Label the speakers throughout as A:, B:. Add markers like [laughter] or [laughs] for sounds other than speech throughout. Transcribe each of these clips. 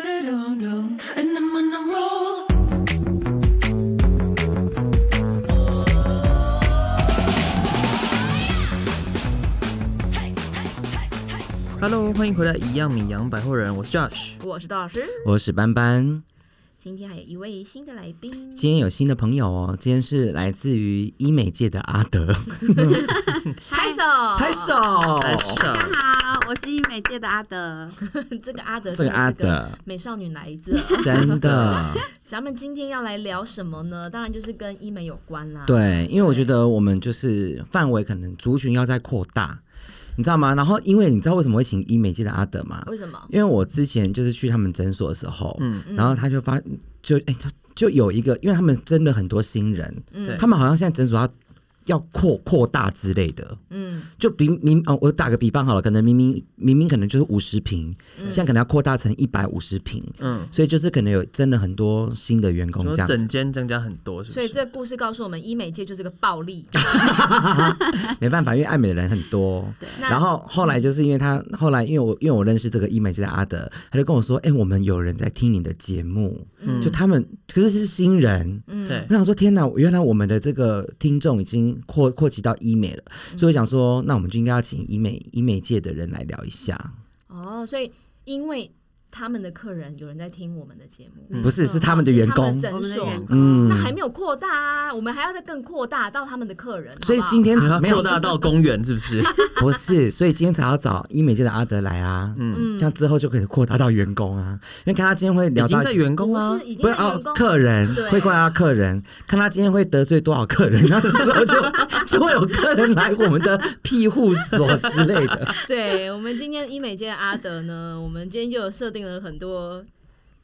A: And I'm on a roll.
B: Hello，欢迎回来，一样米阳百货人，我是 Josh。
C: 我是杜老师，
D: 我是斑斑，
C: 今天还有一位新的来宾，
D: 今天有新的朋友哦，今天是来自于医美界的阿德，
C: 拍手，
D: 拍手，
B: 开始
E: 大家好，我是医美界的阿德。
C: 这个阿德，
D: 这个阿德
C: 美少女来
D: [laughs]
C: 着。
D: 真的，
C: 咱们今天要来聊什么呢？当然就是跟医美有关啦。，
D: 对，因为我觉得我们就是范围可能族群要再扩大，你知道吗？然后因为你知道为什么会请医美界的阿德吗？
C: 为什么？
D: 因为我之前就是去他们诊所的时候，嗯，然后他就发就哎、就就有一个，因为他们真的很多新人，
B: 对
D: 他们好像现在诊所要要扩扩大之类的，
C: 嗯，
D: 就比明哦，我打个比方好了，可能明明明明可能就是五十平，现在可能要扩大成一百五十平，
B: 嗯
D: 嗯，所以就是可能有真的很多新的员工
B: 说
D: 这样子
B: 整，间增加很多，是不
C: 所
B: 是？
C: 以这故事告诉我们，医美界就是个暴利。
D: 没办法，因为爱美的人很多。
C: 那
D: [laughs] 然后后来就是因为他后来因为我因为我认识这个医美界的阿德，他就跟我说，哎、我们有人在听你的节目，
C: 嗯
D: 就他们可是是新人，
B: 对
D: 我，想说，天哪！原来我们的这个听众已经扩扩及到医美了，
C: 嗯
D: 所以我想说，那我们就应该要请医美医美界的人来聊一下。
C: 哦，所以因为他们的客人有人在听我们的节目，
D: 不是，是他们的员工。
C: 嗯
D: 嗯
C: 是他
E: 我
C: 们
E: 们
C: 的
E: 的
C: 诊
E: 员
C: 所。
E: 工，
C: 那还没有扩大啊，我们还要再更扩大到他们的客人。
D: 所以
C: 好不好
D: 今
B: [laughs]
D: 天
B: 你要
D: 嗯没有
B: 扩大到公园，是不是？
D: 不是，所以今天才要找医美界的阿德来啊，嗯，这样之后就可以扩大到员工啊，因为看他今天会
B: 已
D: [laughs] 聊
B: 经
D: 到
B: 在员工
C: 不
B: 啦
C: 是，已经
D: 不
C: 在
D: 是
C: 员工
D: 哦，客人
C: 对
D: 会扩大到客人，看他今天会得罪多少客人， [laughs] 那时候就 [laughs] 就会有客人来我们的庇护所之类的，
C: 对我们今天医美界的阿德呢，我们今天就有设定了很多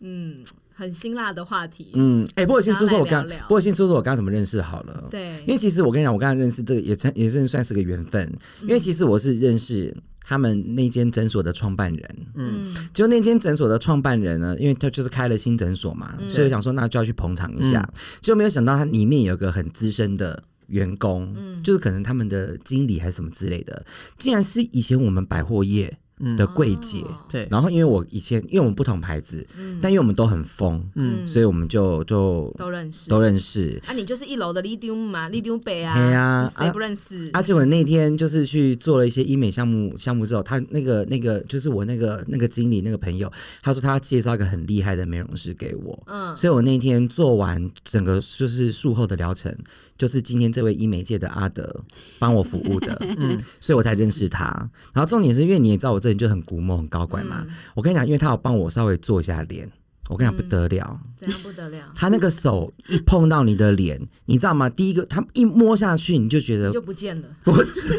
C: 嗯很辛辣的话题。
D: 嗯，哎、不过先说说我
C: 大
D: 刚
C: 家来聊聊，
D: 不过先说说我刚怎么认识好了，因
C: 对，
D: 为其实我跟你讲，我刚才认识这个也算也是算是个缘分，因为其实我是认识他们那间诊所的创办人，
C: 嗯
D: 就那间诊所的创办人呢，因为他就是开了新诊所嘛，
C: 嗯
D: 所以我想说那就要去捧场一下，就没有想到他里面有一个很资深的员工，
C: 嗯
D: 就是可能他们的经理还是什么之类的，竟然是以前我们百货业的柜姐。
C: 哦嗯
B: 对，
D: 然后因为我以前因为我们不同牌子，但因为我们都很疯，
B: 嗯
D: 所以我们就就
C: 都认识，
D: 都认识。
C: 啊，你就是一楼的 Lidium 嘛，Lidium 北啊，
D: 嘿啊
C: 谁不认识？
D: 而且我那天就是去做了一些医美项目项目之后，他那个那个就是我那个那个经理那个朋友，他说他要介绍一个很厉害的美容师给我，
C: 嗯，
D: 所以我那天做完整个就是术后的疗程，就是今天这位医美界的阿德帮我服
C: [laughs]
D: 务的，嗯，所以我才认识他。然后重点是因为你也知道我这人就很古猛、很高怪嘛，
C: 嗯
D: 我跟你讲，因为他有帮我稍微做一下脸，我跟你讲不得了，
C: 怎样不得
D: [laughs]，
C: 了
D: 他那个手一碰到你的脸，你知道吗？第一个他一摸下去，你就觉
C: 你
D: 得 [laughs]
C: 就不见了。
D: 不是，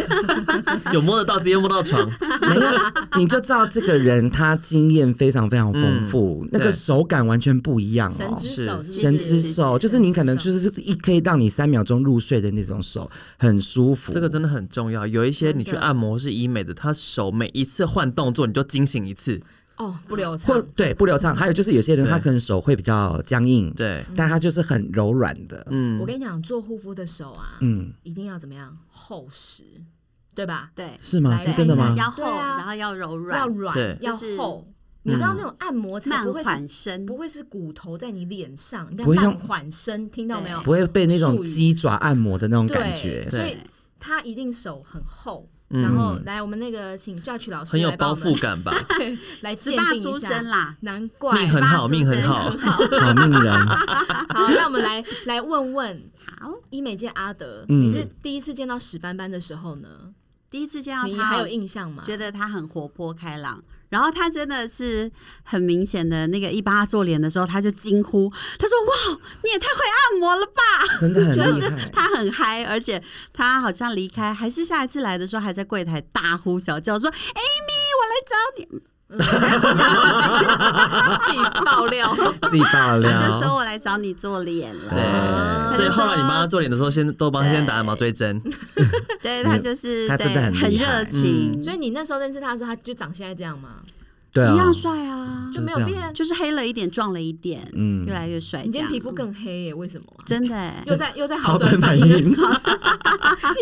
B: 有摸得到，直接摸到
D: [laughs]
B: 床，
D: 没有，你就知道这个人他经验非常非常丰富，那
B: 对
D: 个手感完全不一样哦，
C: 嗯神之手是不是，
D: 神之手，就是你可能
C: 是
D: 就是一可以让你三秒钟入睡的那种手，很舒服。
B: 这个真的很重要。有一些你去
C: 真的
B: 按摩是医美的，他手每一次换动作，你就惊醒一次。
C: 哦，不流
D: 或
C: 畅，
D: 对不流畅，还有就是有些人
B: 对
D: 他可能手会比较僵硬，
B: 对，
D: 但他就是很柔软的。
B: 嗯
C: 我，跟你讲，做护肤的手啊，
D: 嗯，
C: 一定要怎么样厚实，对吧？
E: 对，
D: 是吗？
C: 来
D: 是真的
E: 看
D: 吗
E: 一下？要厚，
C: 对啊
E: 然后要柔
C: 要
E: 软，
B: 对
C: 软，要
E: 就
D: 嗯
E: 是
C: 厚。你知道那种按摩才
E: 慢
C: 不会
E: 缓
C: 是
E: 身，
C: 不会是骨头在你脸上，你看
D: 不会像
C: 慢缓身，听到没有？
D: 不会被那种
C: 术语
D: 鸡爪按摩的那种
C: 对，
D: 感觉。嗯
C: 所以
B: 对
C: 他一定手很厚。然后来，我们那个请 Judge 老师
B: 很有
C: 来帮
B: 包
C: 我们嗯
B: 覆
C: [laughs]
B: 感吧？
C: 对，来鉴
E: 十八
C: 定
E: 出
C: 一
E: 生
C: 下。
E: 啦，
C: 难怪
B: 命很好，
E: 八出
B: 命很
E: 生
B: 好。
C: 好。
D: 好命
C: [laughs]
D: 人，
C: 好，那我们来来问问
E: [laughs] 好，
C: 医美界阿德，
D: 嗯
C: 你是第一次见到史斑斑的时候呢？
E: 第一次见到
C: 你
E: 他，
C: 还有印象吗？
E: 觉得他很活泼开朗。然后他真的是很明显的那个，一帮他做脸的时候，他就惊呼，他说：“哇，你也太会按摩了吧 [laughs]
D: 真的！”很
E: 就
D: 厉
E: 是
D: 害。
E: 他很嗨，而且他好像离开还是下一次来的时候，还在柜台大呼小叫说：“Amy，我来找你
C: 自己爆 [laughs] 料，
D: 自己爆！”料，哎
E: 他就说：“我来找你做脸了。”
B: 对，所以后来你帮他做脸的时候，先都帮他先打麻醉针，
E: 对他就是
D: 嗯他真的
E: 对
D: 很
E: 很
D: 厉害嗯
E: 热情，
C: 所以你那时候认识他的时候，他就长现在这样吗？
D: 对啊
E: 一，样帅啊，
C: 就没有
D: 就是这
C: 变。
D: 样
E: 就是黑了一点，壮了一点，
D: 嗯
E: 越来越帅这样。
C: 你今天皮肤更黑耶？为什么啊？
E: 真的欸
C: 又在又在
D: 好
C: 转
D: 转
C: 反
D: 反
C: 的
D: 应
C: 时候， [laughs]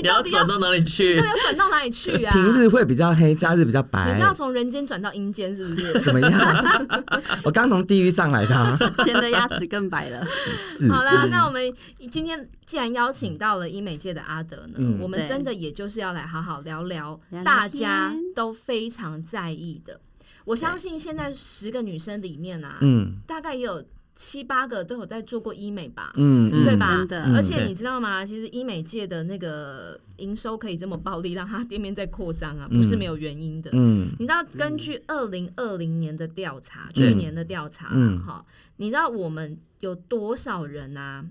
B: 你要转到哪里去
C: 到？底要转到哪里去啊？
D: 平日会比较黑，假日比较
C: 你
D: 白
C: 是。要从人间转到阴间，是不
D: [laughs]
C: 是？
D: 怎么样？ [laughs] 我刚从地狱上来的
C: [laughs]
D: 啊，
E: 显得牙齿更白了。
D: 是
C: 好啦，那我们今天既然邀请到了医美界的阿德呢，
D: 嗯
C: 我们
E: 对
C: 真的也就是要来好好聊聊
E: 聊聊
C: 大家
E: 天
C: 都非常在意的。我相信现在十个女生里面啊，
D: 嗯
C: 大概也有七八个都有在做过医美吧。
D: 嗯嗯，
C: 对吧？
E: 真的
C: 而且
D: 对
C: 你知道吗？其实医美界的那个营收可以这么暴利，让它店面在扩张啊，不是没有原因的。
D: 嗯
C: 你知道，根据二零二零年的调查，
D: 对
C: 去年的调查啊，
D: 嗯
C: 哈、你知道我们有多少人啊，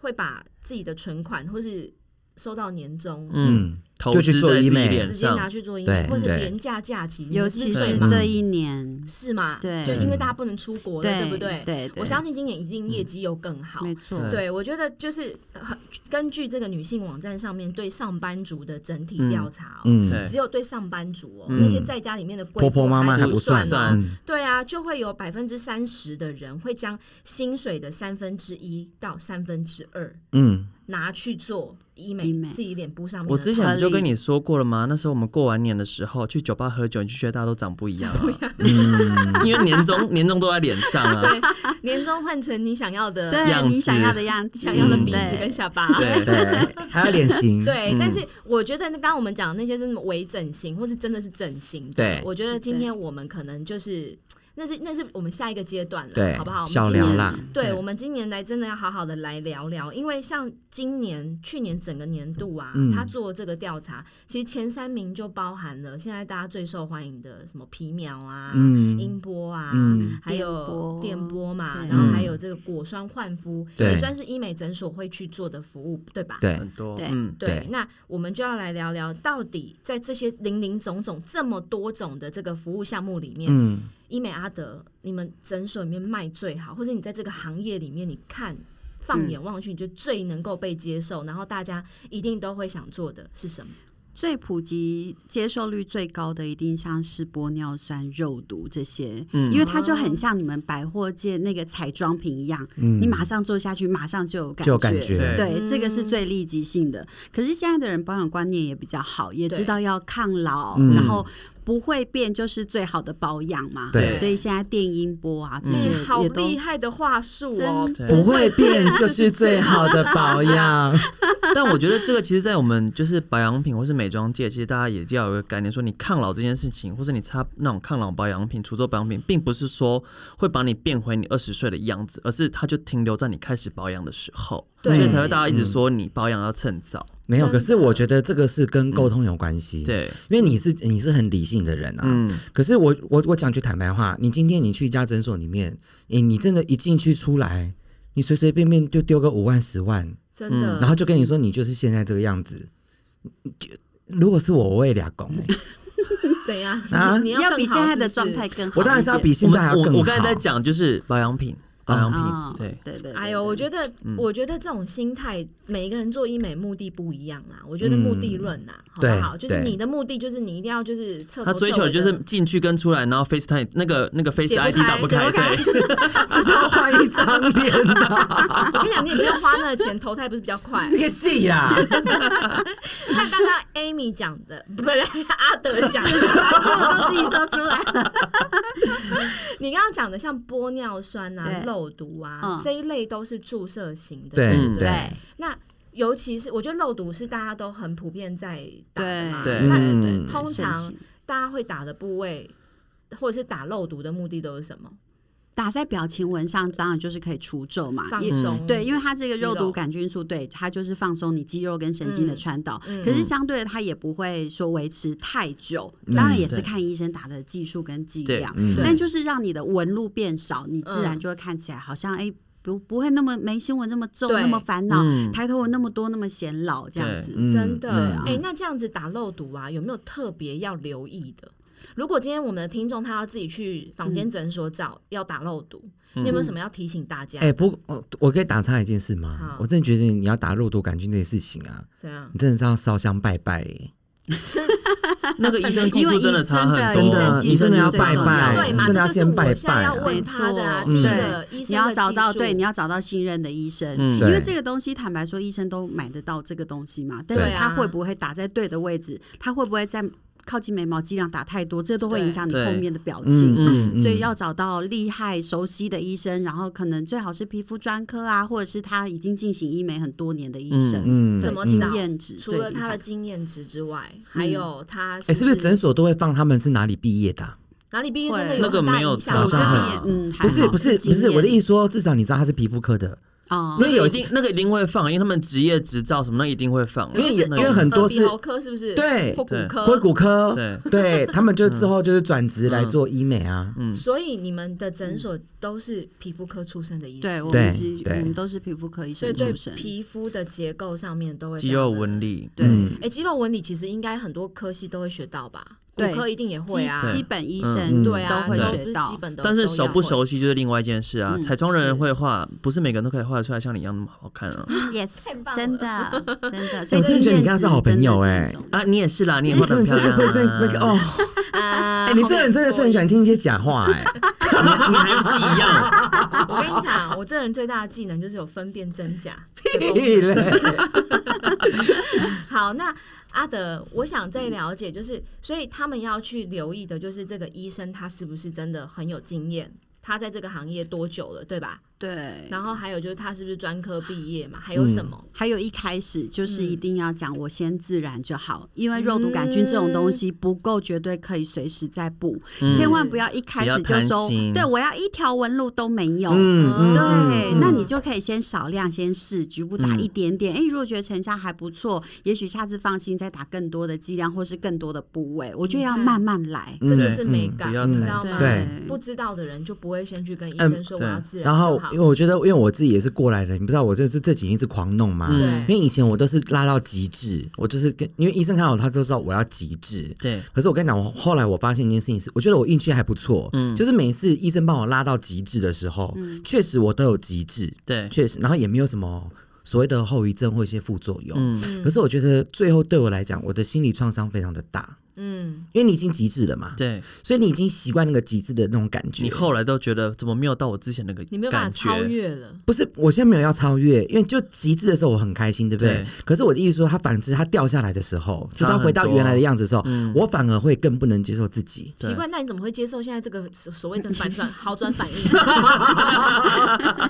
C: 会把自己的存款或是收到年终，
B: 嗯，
D: 嗯，
B: 投资
D: 就去做
B: 在自己
D: 医美
B: 脸
C: 直接拿
B: 上，
C: 去做医美，
D: 对
C: 或是
D: 对
C: 廉价假期，你
E: 尤
C: 们是
E: 其
C: 不对
E: 是
C: 吗
E: 这一年，
C: 是吗？
E: 对
C: 就因为大家不能出国了，
E: 对
C: 不对？
E: 对对
C: 我相信今年一定业绩又更好。
E: 没错，
D: 对
C: 对，我觉得就是呃很根据这个女性网站上面对上班族的整体调查、哦，
D: 嗯
B: 对，
C: 只有对上班族哦，
B: 嗯
C: 那些在家里面的贵
D: 婆
C: 妇
D: 婆妈妈还
C: 不
D: 不
C: 算
D: 算
C: 哦。，
D: 嗯
C: 对啊，就会有百分之三十的人会将薪水的三分之一到三分之二
D: 嗯，
C: 拿去做医美，
E: 医美
C: 自己脸部上面的
B: 我之前不就跟你说过了吗？那时候我们过完年的时候去酒吧喝酒，你就觉得大家都长不一 [laughs] 样、啊，
D: 嗯
C: [laughs]
B: 因为年终年终都在脸上啊。
C: 头发年终换成你想要的、
E: 对
B: 样
E: 你想要
B: 子
E: 的样子，
C: 想要的
D: 嗯
C: 鼻子跟下巴。
B: [laughs] 对
D: 对，嗯还有脸型，
C: 对，但是我觉得那刚刚我们讲的那些是什么微整形，或是真的是整形的
D: 对
C: 我觉得今天我们可能就是。那是那是我们下一个阶段了，
D: 对，
C: 好不好？我们
D: 小
C: 今
D: 聊
C: 年
D: 啦，
C: 对，
B: 对
C: 我们今年来真的要好好的来聊聊，因为像今年、去年整个年度啊，
D: 嗯
C: 他做这个调查，其实前三名就包含了现在大家最受欢迎的什么皮秒啊、
D: 嗯
C: 音波啊，
D: 嗯
C: 还有
E: 电
C: 电
E: 波
C: 波嘛，
E: 对
C: 然后还有这个果酸焕肤，
D: 对
C: 也算是医美诊所会去做的服务，对吧？
D: 对
B: 很，多
E: 对
B: 嗯，
C: 对
D: 对，
C: 那我们就要来聊聊，到底在这些零零总总这么多种的这个服务项目里面，
D: 嗯，
C: 医美阿德，你们诊所里面卖最好，或者你在这个行业里面，你看放眼望去，你就最能够被接受，然后大家一定都会想做的是什么？
E: 最普及、接受率最高的一定像是玻尿酸、肉毒这些，
D: 嗯
E: 因为它
C: 哦
E: 就很像你们百货界那个彩妆品一样，你马上做下去，马上就有感
D: 嗯就有感
B: 对
D: 觉，
E: 对，
C: 嗯
E: 这个是最立即性的。可是现在的人保养观念也比较好，也
C: 对
E: 知道要抗老，
D: 嗯
E: 然后不会变就是最好的保养嘛。
D: 对
E: 所以现在电音波啊这些
C: 你嗯好
E: 也都
C: 厉害的话术哦！
B: 真的 [laughs]
D: 不会变就是最好的保养，
C: [laughs]
B: 但我觉得这个其实，在我们就是保养品或是美妆界，其实大家也就要有一个概念，说你抗老这件事情，或是你擦那种抗老保养品、除皱保养品，并不是说会把你变回你二十岁的样子，而是它就停留在你开始保养的时候，
C: 对
B: 所以才会大家一直说你保养要趁早。
D: 没有。
C: 真的
D: 可是我觉得这个是跟沟通有关系，，
B: 对，
D: 因为你是你是很理性的人啊，
B: 嗯，
D: 可是我我我讲句坦白话，你今天你去一家诊所里面，你你真的一进去出来，你随随便便就丢个五万十万，
C: 真的，
D: 然
E: 嗯
D: 后就跟你说你就是现在这个样子。就如果是我，我也俩拱、欸
C: 怎
E: [laughs]
C: 样？
D: 啊
C: [laughs] 你
E: 要
C: 更
E: 比
C: 好
E: 现在的
C: 是不
E: 状
C: 是
E: 态更好一点。
D: 我当然是要比
B: 我
D: 现在还
B: 们
D: 要更
B: 我
D: 好。
B: 我刚才在讲就是保养品，保养品，
E: 哦
B: 对。
E: 对对对，嗯
C: 哎呦，我觉
E: 得
C: 得，我觉得这种心态，每一个人做医美目的不一样啦。我觉得目的论
E: 嗯
C: 啦，好不好？
D: 对
C: 就是
D: 对
C: 你的目的，就是你一定要就是彻头
B: 他追求的
C: [laughs]
B: 就是进去跟出来，然后 FaceTime 那个那个 Face
C: 解不
B: ID
C: 开
B: 打不
C: 解不
B: 开，
C: 开
B: 对，
D: 就是要换一张脸
C: 彻头
D: 的、
C: 彻尾的我跟你讲，你也不用花那个
E: [laughs]
C: 钱，投胎不是比较快？啊
D: 那个戏啦，
C: 那刚刚 Amy 讲的， [laughs] 不是阿德讲的，
E: [laughs] 我都自己说出来 [laughs] 了。
C: 你刚刚讲的像玻尿酸啊、
E: 对
C: 肉毒啊、
E: 嗯
C: 这一类都是注射型的。
D: 对
B: 嗯
D: 对
E: 对
C: 那尤其是我觉得肉毒是大家都很普遍在打的嘛，
B: 对
C: 那
D: 嗯
E: 对，
C: 通常
E: 神奇
C: 大家会打的部位。或者是打肉毒的目的都是什么？
E: 打在表情纹上，当然就是可以除皱嘛，
C: 放
E: 啊也
C: 松。
E: 对，因为它这个
C: 肌
E: 肉
C: 肉
E: 毒杆菌素，对它就是放松你肌肉跟神经的
C: 嗯
E: 传导。
C: 嗯
E: 可是相对的，它也不会说维持太久，当然也
B: 嗯
E: 是
B: 对
E: 看医生打的技术跟剂
B: 对
E: 量，
D: 嗯
E: 但就是让你的纹路变少，你自然
C: 嗯
E: 就会看起来好像哎、不不会那么眉心纹那么重，
C: 对
E: 那么烦恼，
B: 嗯
E: 抬头纹那么多，那么显老这样
B: 对
E: 子。
D: 嗯
C: 真的，哎、
D: 嗯
C: 那这样子打肉毒啊，有没有特别要留意的？如果今天我们的听众他要自己去坊
D: 嗯
C: 间诊所找、要打肉毒，你有没有什么要提醒大家？
D: 哎、不，我我可以打岔一件事吗
C: 好？
D: 我真的觉得你要打肉毒杆菌这件事情啊，
C: 这样
D: 你真的是要烧香拜拜、欸。
B: 那个医生技术真的差很多，
D: 真
E: 因为医生
D: 的，
E: 技
D: 你
E: 术
D: 真的要拜
C: 对
D: 拜，
C: 嘛
D: 你真的
C: 这就
D: 要
C: 是
D: 先
C: 我
D: 拜
C: 现在
D: 拜
C: 要
D: 啊。
C: 问他的啊，
E: 没
C: 第一
E: 错
C: 个
E: 对
C: 医生
E: 你要
C: 的
E: 找
C: 技
E: 到
C: 术
E: 对，你要找到信任的医生，
B: 嗯
E: 因为
D: 对
E: 这个东西坦白说，医生都买得到这个东西嘛，但是
C: 对啊
E: 他会不会打在对的位置，他会不会在靠近眉毛剂量打太多，这都会影响你
B: 对
E: 后面的表
D: 嗯
E: 情。
D: 嗯，嗯
E: 所以要找到厉害、熟悉的医生，然后可能最好是皮肤专科啊，或者是他已经进行医美很多年的医生，
D: 嗯
C: 怎么
E: 经
C: 找
E: 验值
C: 除
E: 最
C: 了
E: 厉
C: 他
E: 害
C: 的经验值之外，
E: 嗯
C: 还有他
D: 哎，
C: 是
D: 是不是诊所都会放他们是哪里毕业的啊？
C: 哪里毕业
E: 会
C: 真的
B: 那
C: 有
B: 个
C: 很大
B: 没有
C: 影响
B: 查
C: 吗？
E: 我觉
D: 上
E: 得
D: 啊
E: 也嗯，还
D: 不是
E: 好
D: 不是
E: 经
D: 不是，
E: 验
D: 我的意思说，至少你知道他是皮肤科的，
E: 哦
B: 那，个有一定那个一定会放，因为他们职业执照什么那一定会放，
C: 有些
D: 因
B: 那
D: 为
B: 个
D: 很多
C: 耳
D: 是
C: 鼻喉科是不是？
D: 对
C: 或骨
B: 对
C: 科。
D: 硅骨科，
B: 对
D: 对，他们就之后就是转职来做医美啊，
C: 所以你们的诊所都是皮肤科出身的医
E: 对，
C: 师
E: 我，
D: 对
E: 们其实
D: 对
E: 我们都是皮肤科医
C: 所以
E: 生
C: 对
E: 出身，
C: 皮肤的结构上面都会
B: 肌肉
C: 非常的
B: 纹。理，
E: 对。
D: 嗯
C: 哎，肌肉纹理其实应该很多科系都会学到吧？骨
E: 对
C: 科一定也会啊
E: 基，基本医
B: 嗯
E: 生
C: 对啊，
E: 都会
C: 都
B: 对
C: 不
E: 学
C: 是
E: 到
C: 基。本的，
B: 但是熟不
C: 都要会？
B: 熟悉就是另外一件事啊。
E: 嗯
B: 彩妆人
C: 是
B: 人会画，不是每个人都可以画得出来像你一样那么好看啊。
D: [laughs]
E: Yes，
C: 棒了
E: 真的，真的。所以
D: 哎我真的觉得你跟他是好朋友
E: 经验
D: 哎
E: 值真的是很重要
B: 啊，你也是啦，你也
D: 你
B: 画
D: 哎真
B: 得很
D: 的
B: 漂
D: 就
B: 亮啊。
D: 是会认 [laughs] 那个哦，
C: 啊
D: 哎，你这个人真的是很喜欢听一些假话哎，
B: [laughs] 你你还不是一样？啊
C: [laughs] 我跟你讲，我这人最大的技能就是有分辨真假。
D: 屁嘞
C: 好，那阿德，我想再了解，就是所以他们要去留意的，就是这个医生他是不是真的很有经验，他在这个行业多久了，对吧？
E: 对。
C: 然后还有就是他是不是专科毕业嘛？还有什么？
E: 还有一开始就是
C: 嗯
E: 一定要讲，我先自然就好，因为肉毒杆菌这种东
D: 嗯
E: 西不够，绝对可以随时再补，
B: 嗯
E: 千万不要一开始
B: 不
E: 就
B: 要
E: 说
B: 贪心，
E: 对我要一条纹路都没有。
D: 嗯嗯
E: 对，
D: 嗯
E: 那你就可以先少量先试，局部打
B: 嗯
E: 一点点。哎、如果觉得成效还不错，也许下次放心再打更多的剂量或是更多的部位。我觉得要
C: 嗯
E: 慢慢来。
C: 这就
B: 对
C: 是美
D: 嗯
C: 感，
B: 不要
C: 你
B: 太
C: 知道吗？
D: 对
C: 不知道的人就不会先去跟医生说我
B: 嗯
C: 要
B: 对
C: 自然就
D: 然后，
C: 好
D: 因为我觉得，因为我自己也是过来人，你不知道，我就是这几天一直狂弄嘛。
B: 嗯
C: 对
D: 因为以前我都是拉到极致，我就是跟因为医生看到我，他都知道我要极致。
B: 对，
D: 可是我跟你讲，我后来我发现一件事情是，我觉得我运气还不错，嗯，就是每次医生帮我拉到极致的时候，确实我都有极致，
B: 嗯对
D: 确实，然后也没有什么所谓的后遗症或一些副作用。
B: 嗯
D: 可是我觉得最后对我来讲，我的心理创伤非常的大，
C: 嗯，
D: 因为你已经极致了嘛，
B: 对，
D: 所以你已经习惯那个极致的那种感觉。
B: 你后来都觉得怎么没有到我之前那个
C: 你没有办法
B: 感
C: 超
B: 觉？
C: 越了，
D: 不是，我现在没有要超越，因为就极致的时候我很开心，对不对？
B: 对
D: 可是我的意思说，它反之，它掉下来的时候，直
B: 差很
D: 到
B: 多
D: 回到原来的样子的时候，我反而会更不能接受自 [laughs] 己。
B: 对
C: 奇怪，那你怎么会接受现在这个所所谓的反
B: [laughs]
C: 转好转反应？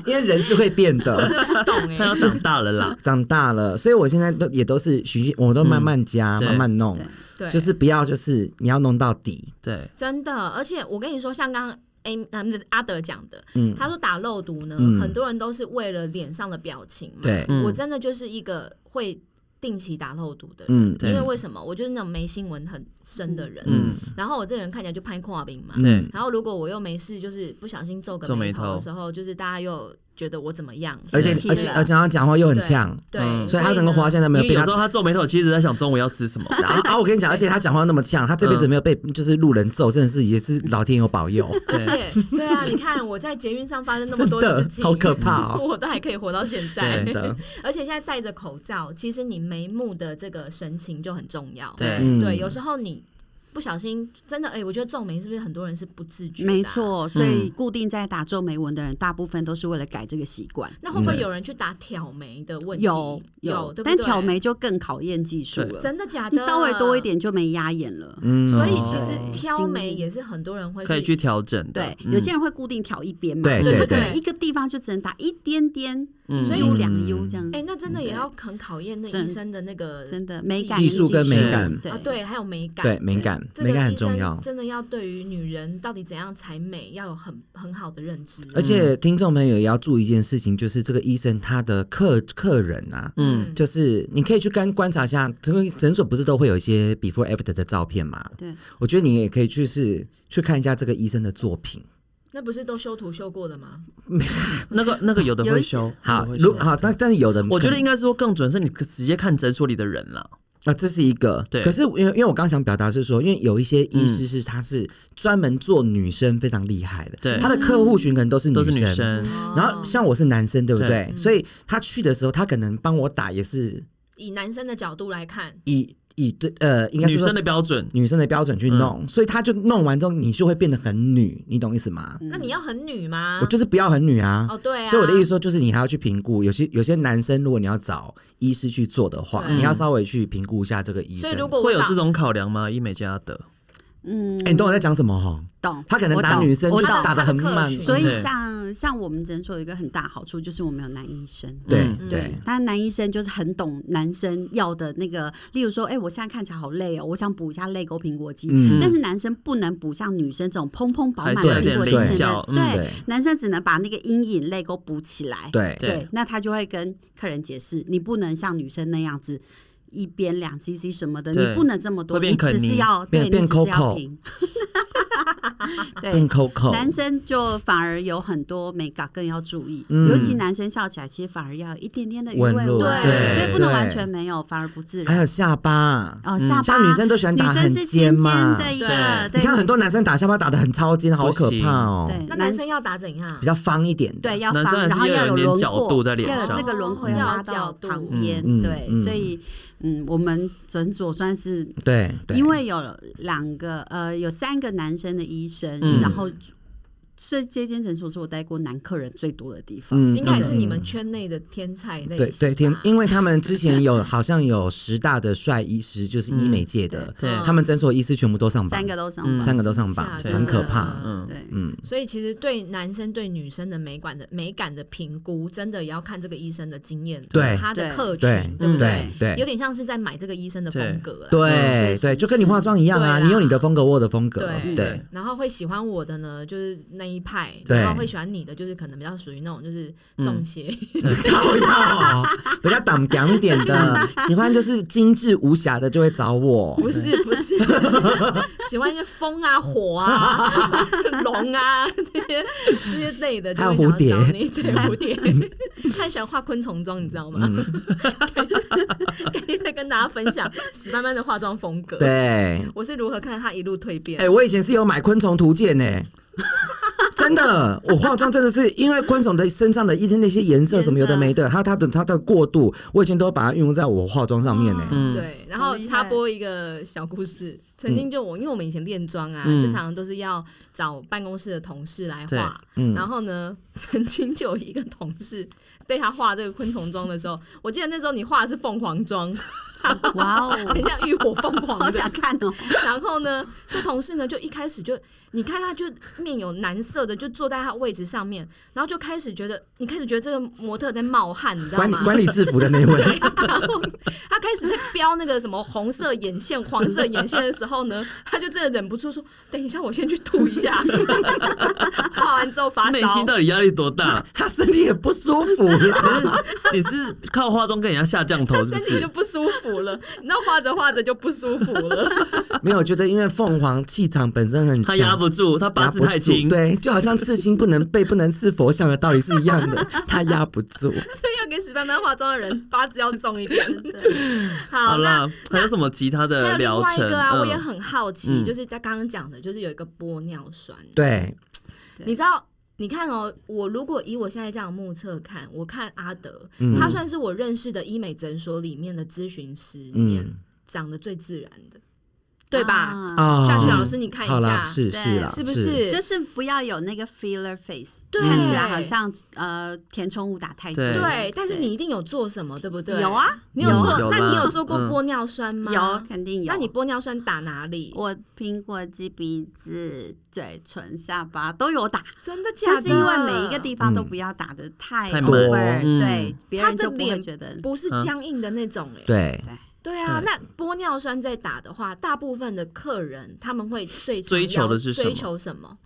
D: 因为人是会变的，
C: 不懂
B: 他
C: 哎
B: 要，长大了啦，
D: [laughs] 长大了，所以我现在都也都是循序，我都慢慢加，
B: 嗯对
D: 慢慢弄，
C: 对，
D: 就是不要就是你要弄到底。
B: 对，
C: 真的，而且我跟你说，像刚刚 A 嗯阿德讲的，
D: 嗯
C: 他说打肉毒呢，
D: 嗯
C: 很多人都是为了脸上的表情嘛。
D: 对
B: 嗯
C: 我真的就是一个会定期打肉毒的人，
D: 嗯，
B: 对
C: 因为为什么？我就是那种眉心纹很深的人，
B: 嗯，
C: 然后我这人看起来就拍跨饼
D: 嗯
C: 嘛。
B: 对
C: 然后如果我又没事，就是不小心皱个
B: 皱眉
C: 眉头的
B: 头
C: 时候，就是大家又觉得我怎么样？
D: 而且
C: 生气
D: 而且
C: 了
D: 而且他讲话又很呛，
C: 对，
B: 嗯
D: 哎所以他整个
C: 呢
D: 活现在没
B: 因
D: 有
B: 为
D: 被
B: 有
D: 他
B: 时。候他皱眉头，其实在想中午要吃什
D: [laughs]
B: 么。
D: 然后啊，我跟你讲，而且他讲话那么呛，他这辈子
B: 嗯
D: 没有被就是路人揍，真的是也是老天有保佑，
B: 对，
C: 对对啊，你看我在捷运上发生那么
D: 真
C: 多
D: 的
C: 事情，
D: 好可怕哦。
C: [laughs] 我都还可以活到现在。 [laughs]
B: 对
D: 的，
C: 而且现在戴着口罩，其实你眉目的这个神情就很重要。
B: 对，
D: 嗯
C: 对，有时候你不小心真的，哎、我觉得皱眉是不是很多人是不自觉的、啊
E: 没。错，所
D: 嗯
E: 以固定在打皱眉纹的人，大部分都是为了改这个习惯。
C: 那会不会
D: 嗯
C: 有人去打挑眉的问题？
E: 有
C: 有，对不
E: 但
C: 对？
E: 挑眉就更考验技术
B: 对
E: 了，
C: 真的假的？
E: 你稍微多一。点就没压眼了。
D: 嗯
C: 所以
D: 哦
C: 其实挑眉
E: 经历
C: 也是很多人会
B: 可以去调整的嗯
E: 对。，有些人会固定挑一边嘛，
D: 嗯对
E: 我
C: 对
E: 们可
C: 对
E: 能一个地方就只能打一点点，
B: 嗯
E: 一
C: 所以
E: 优两优这样
C: 哎、，那
D: 嗯
C: 真的也
E: 对
C: 要很考验那
E: 真
C: 医生的那个
E: 真的美感
D: 技术跟美
B: 感
E: 对
C: 啊，对，还有美感。
D: 对，敏感，
C: 这个
D: 敏感很
C: 医生
D: 重要。
C: 真的要对于女人到底怎样才美，要有很很好的认知。
D: 而且
B: 嗯
D: 听众朋友也要注意一件事情，就是这个医生他的客客人啊，
B: 嗯，
D: 就是你可以去观观察一下，整个诊所不是都会有一些 before after 的照片嘛？
E: 对，
D: 我觉得你也可以去是去看一下这个医生的作品。
B: 嗯
C: 那不是都修图修过的吗？
B: 那个那个有的
E: 有
B: 会
E: 一些
B: 修，有
D: 好
B: 的，会
D: 如
B: 修
D: 好，但但是有的
B: 我觉
D: 嗯可
B: 得
D: 能
B: 应该是说更准是，你直接看诊所里的人啦。
D: 啊，这是一个。
B: 对嗯
D: 可是因为因为我刚想表达是说，因为有一些医师是他是专门做女生非常厉害的，
B: 对
D: 他的客户群可能都是
B: 都是女
C: 嗯
B: 生，
C: 哦
D: 然后像我是男生，对不
B: 对嗯
D: 对？所以他去的时候，他可能帮我打也是
C: 以男生的角度来看，
D: 以以对呃，应该是
B: 女
D: 说
B: 生的嗯标准，
D: 女生的标准去弄，所以他就弄完之后，你就会变得很女，你懂意思吗？
C: 那你要很女吗？
D: 我就是不要很女啊。
C: 哦对啊
D: 所以我的意思说，就是你还要去评估，有些有些男生，如果你要找医师去做的话，
C: 对
B: 嗯
D: 你要稍微去评估一下这个医生。
C: 所以如果我
B: 会有
C: 找
B: 这种考量吗？医美加的，
E: 嗯
D: 哎、，你懂我在讲什么哈？
E: 懂。
D: 他可能
E: 我
D: 打
E: 懂
D: 女生
E: 我
D: 就
E: 懂
D: 打的很
C: 他
D: 慢
C: 的客，群
E: 所以
B: 对
E: 像像我们诊所有一个很大好处，就是我们有男医生。
D: 对、
B: 嗯
D: 对
E: 对，，但男医生就是很懂男生要的那个，例如说，哎、我现在看起来好累哦，我想补一下泪沟苹果肌。
D: 嗯哎
E: 但是男生不能补像女生这种蓬蓬饱满
B: 还是
E: 的
B: 有
E: 苹
B: 点
E: 果肌
B: 棱
E: 线
B: 角
E: 的，
B: 嗯
E: 对，
D: 对
E: 男生只能把那个阴影泪沟补起来。
D: 对
B: 对
E: 那他就会跟客人解释，你不能像女生那样子。一边两 CC 什么的，
B: 对
E: 你不能这么多，
B: 会变
E: 你只
B: 肯尼
E: 是要
D: 变
E: 对，
D: 变
E: 你只是
D: Coco
E: 要
D: [laughs]
E: 平。对
D: 变，Coco。
E: 男生就反而有很多美感更要注意，
D: 嗯
E: 尤其男生笑起来，其实反而要有一点点的余
D: 纹
E: 味
D: 路
E: 对
C: 对
E: 不能
D: 对
E: 完全没有，反而不自
D: 还有
E: 然。
D: 下巴，嗯
E: 哦，下巴，
D: 像女生都喜欢
E: 女
D: 打很
E: 生是尖
D: 嘛。
E: 的
B: 对
E: 呀，
D: 你
E: 对
D: 看很多男生打下巴打的很超尖，好可怕哦。
E: 对
C: 那
E: 男嗯
C: 男生要打怎样
D: 比？较方一点的。
E: 对，要
B: 男生还是
E: 方，然后
B: 要有
E: 有
B: 点
E: 轮
B: 角
E: 廓，
B: 度在脸
E: 要有
B: 上
E: 这个轮廓
C: 哦
E: 要
C: 要
E: 拉
C: 角
E: 到
C: 度
E: 旁边
D: 嗯嗯，
E: 对，
D: 嗯
E: 所以嗯，我们诊所算是
D: 对对，
E: 因为有两个呃，有三个男生的医生，
B: 嗯
E: 然后这这间诊所是我带过男客人最多的地方，
D: 嗯
C: 应该也是你
D: 嗯
C: 们圈内的天才类型吧。
D: 对对天，因为他们之前有好像有十大的帅医师，就是医美界的，
B: 对
D: 他们诊所医师全部都上榜，
E: 三个都上
B: 嗯
E: 榜，
D: 三个都上榜，
C: 吓
D: 很可怕。
C: 人
B: 嗯，
E: 对。
D: 嗯，
C: 所以其实对男生对女生的美感的美感的评估，真的也要看这个医生的经验，
D: 对
C: 他的
E: 对
C: 客
D: 对
C: 群，
B: 对
C: 不
D: 对
C: 有
D: 对
C: 点像是在买这个医生的
B: 对
C: 风格啦。
D: 对对，就跟你化妆一样啊，
C: 对啦
D: 你有你的风格，我有的风格，
C: 对 [laughs]
D: 对
C: 然后会喜欢我的呢，就是那一派；
D: 对
C: 然后会喜欢你的，就是可能比较属于那种就是中邪。
D: 高要哦比较挡讲一点
C: [laughs]
D: 的，喜欢就是精致无瑕的就会找我。
C: 不
D: [laughs]
C: 是不是，喜欢一些风啊、火
D: [laughs]
C: 啊、龙啊这些这些类的，就
D: 还有
C: 会想
D: 蝴蝶嗯
C: 要找你，对蝴蝶，他很喜欢画昆虫妆，你知道 [laughs] 吗？改天再跟大家分享史班班的化妆风格，
D: 对，
C: 我是如何看他一路蜕变
D: 哎、。我以前是有买昆虫图 [laughs] 鉴呢、真的，我化妆真的是因为昆虫的身上的一些那些颜色什么有的没的，还有它的它的过渡，我以前都把它运用在我化妆上面呢、
B: 嗯
C: 对，然后
E: 好厉害
C: 插播一个小故事。曾经就我，因为我们以前练妆啊，
B: 嗯
C: 就常常都是要找办公室的同事来
B: 对
C: 画。
D: 嗯
C: 然后呢， [laughs] 曾经就有一个同事被他画这个昆虫妆的时候，我记得那时候你画的是凤凰妆，
E: 哇哦， [laughs]
C: 很像浴火凤凰
E: 好
C: 的
E: 想看 [laughs] 哦！
C: 然后呢，这同事呢就一开始就，你看他就面有难色的就坐在他位置上面，然后就开始觉得，你开始觉得这个模特在冒汗，你知道
D: 管理
C: 吗？
D: 管理制服的那 [laughs] 位，
C: 然后 [laughs] 他开始在标那个什么红色眼线、黄色眼线的时候呢， [laughs] 他就真的忍不住说：“等一下，我先去吐一下。” [laughs] 画完之后发
B: 内
C: 烧
B: 心。到底压力多
D: [laughs]
B: 大？
D: 他身体也不舒服啦。
B: 你是靠化妆跟人家下降头是不？
C: 身体就是不舒服了，你知道画着画着就不舒服了。 [laughs]
D: 没有，我觉得因为凤凰气场本身很强，
B: 他压不住，他八
D: 压
B: 字
D: 不
B: 太轻
D: 住，对，就好像刺青不能背，不能刺佛像的道理是一样 [laughs] 的，他压不
C: 所
D: 住。
C: 以要给史班班化妆的人八字要重一
B: [laughs]
C: 点。好，
B: 好
C: 那
B: 啦，还有什么其他
C: 还有
B: 的
C: 另
B: 疗
C: 外一
B: 程？
C: 个啊，
B: 嗯
C: 我也很好奇，
B: 嗯
C: 就是他刚刚讲的，就是有一个玻尿酸。
D: 对，
C: 你知道，你看哦，我如果以我现在这样目测看，我看阿德，他算是我认识的医美诊所里面的咨询师里面、
D: 嗯
C: 长得最自然的，对吧？
E: 啊
D: 啊，
C: 夏雪老师，你看
D: 好
C: 一
D: 啦，
C: 下，
D: 是啊
E: 对
D: 是啦，
C: 是不是？
E: 就是不要有那个 filler face，
C: 对
E: 看起来好像呃填充物打太多。
B: 对
C: 对，但是你一定有做什么，对不对？
E: 有，啊，
C: 你有做，
B: 有啦
C: 那你有做过
B: 嗯
C: 玻尿酸吗？
E: 有肯定有。
C: 那你玻尿酸打哪里？
E: 我苹果肌、鼻子、嘴唇、下巴都有打，
C: 真的假的？
E: 但是因为每一个地方都
D: 嗯
E: 不要打的太
B: 太
E: over，
D: 满
B: 嗯
E: 对，别
C: 他
E: 人
C: 的
E: 就不会
C: 脸
E: 觉得
C: 不是
B: 嗯
C: 僵硬的那种、欸，
D: 对，
C: 对啊，
B: 对
C: 那玻尿酸在打的话，大部分的客人他们会最常
B: 追求的
C: 要
B: 是什么
C: 追求什么？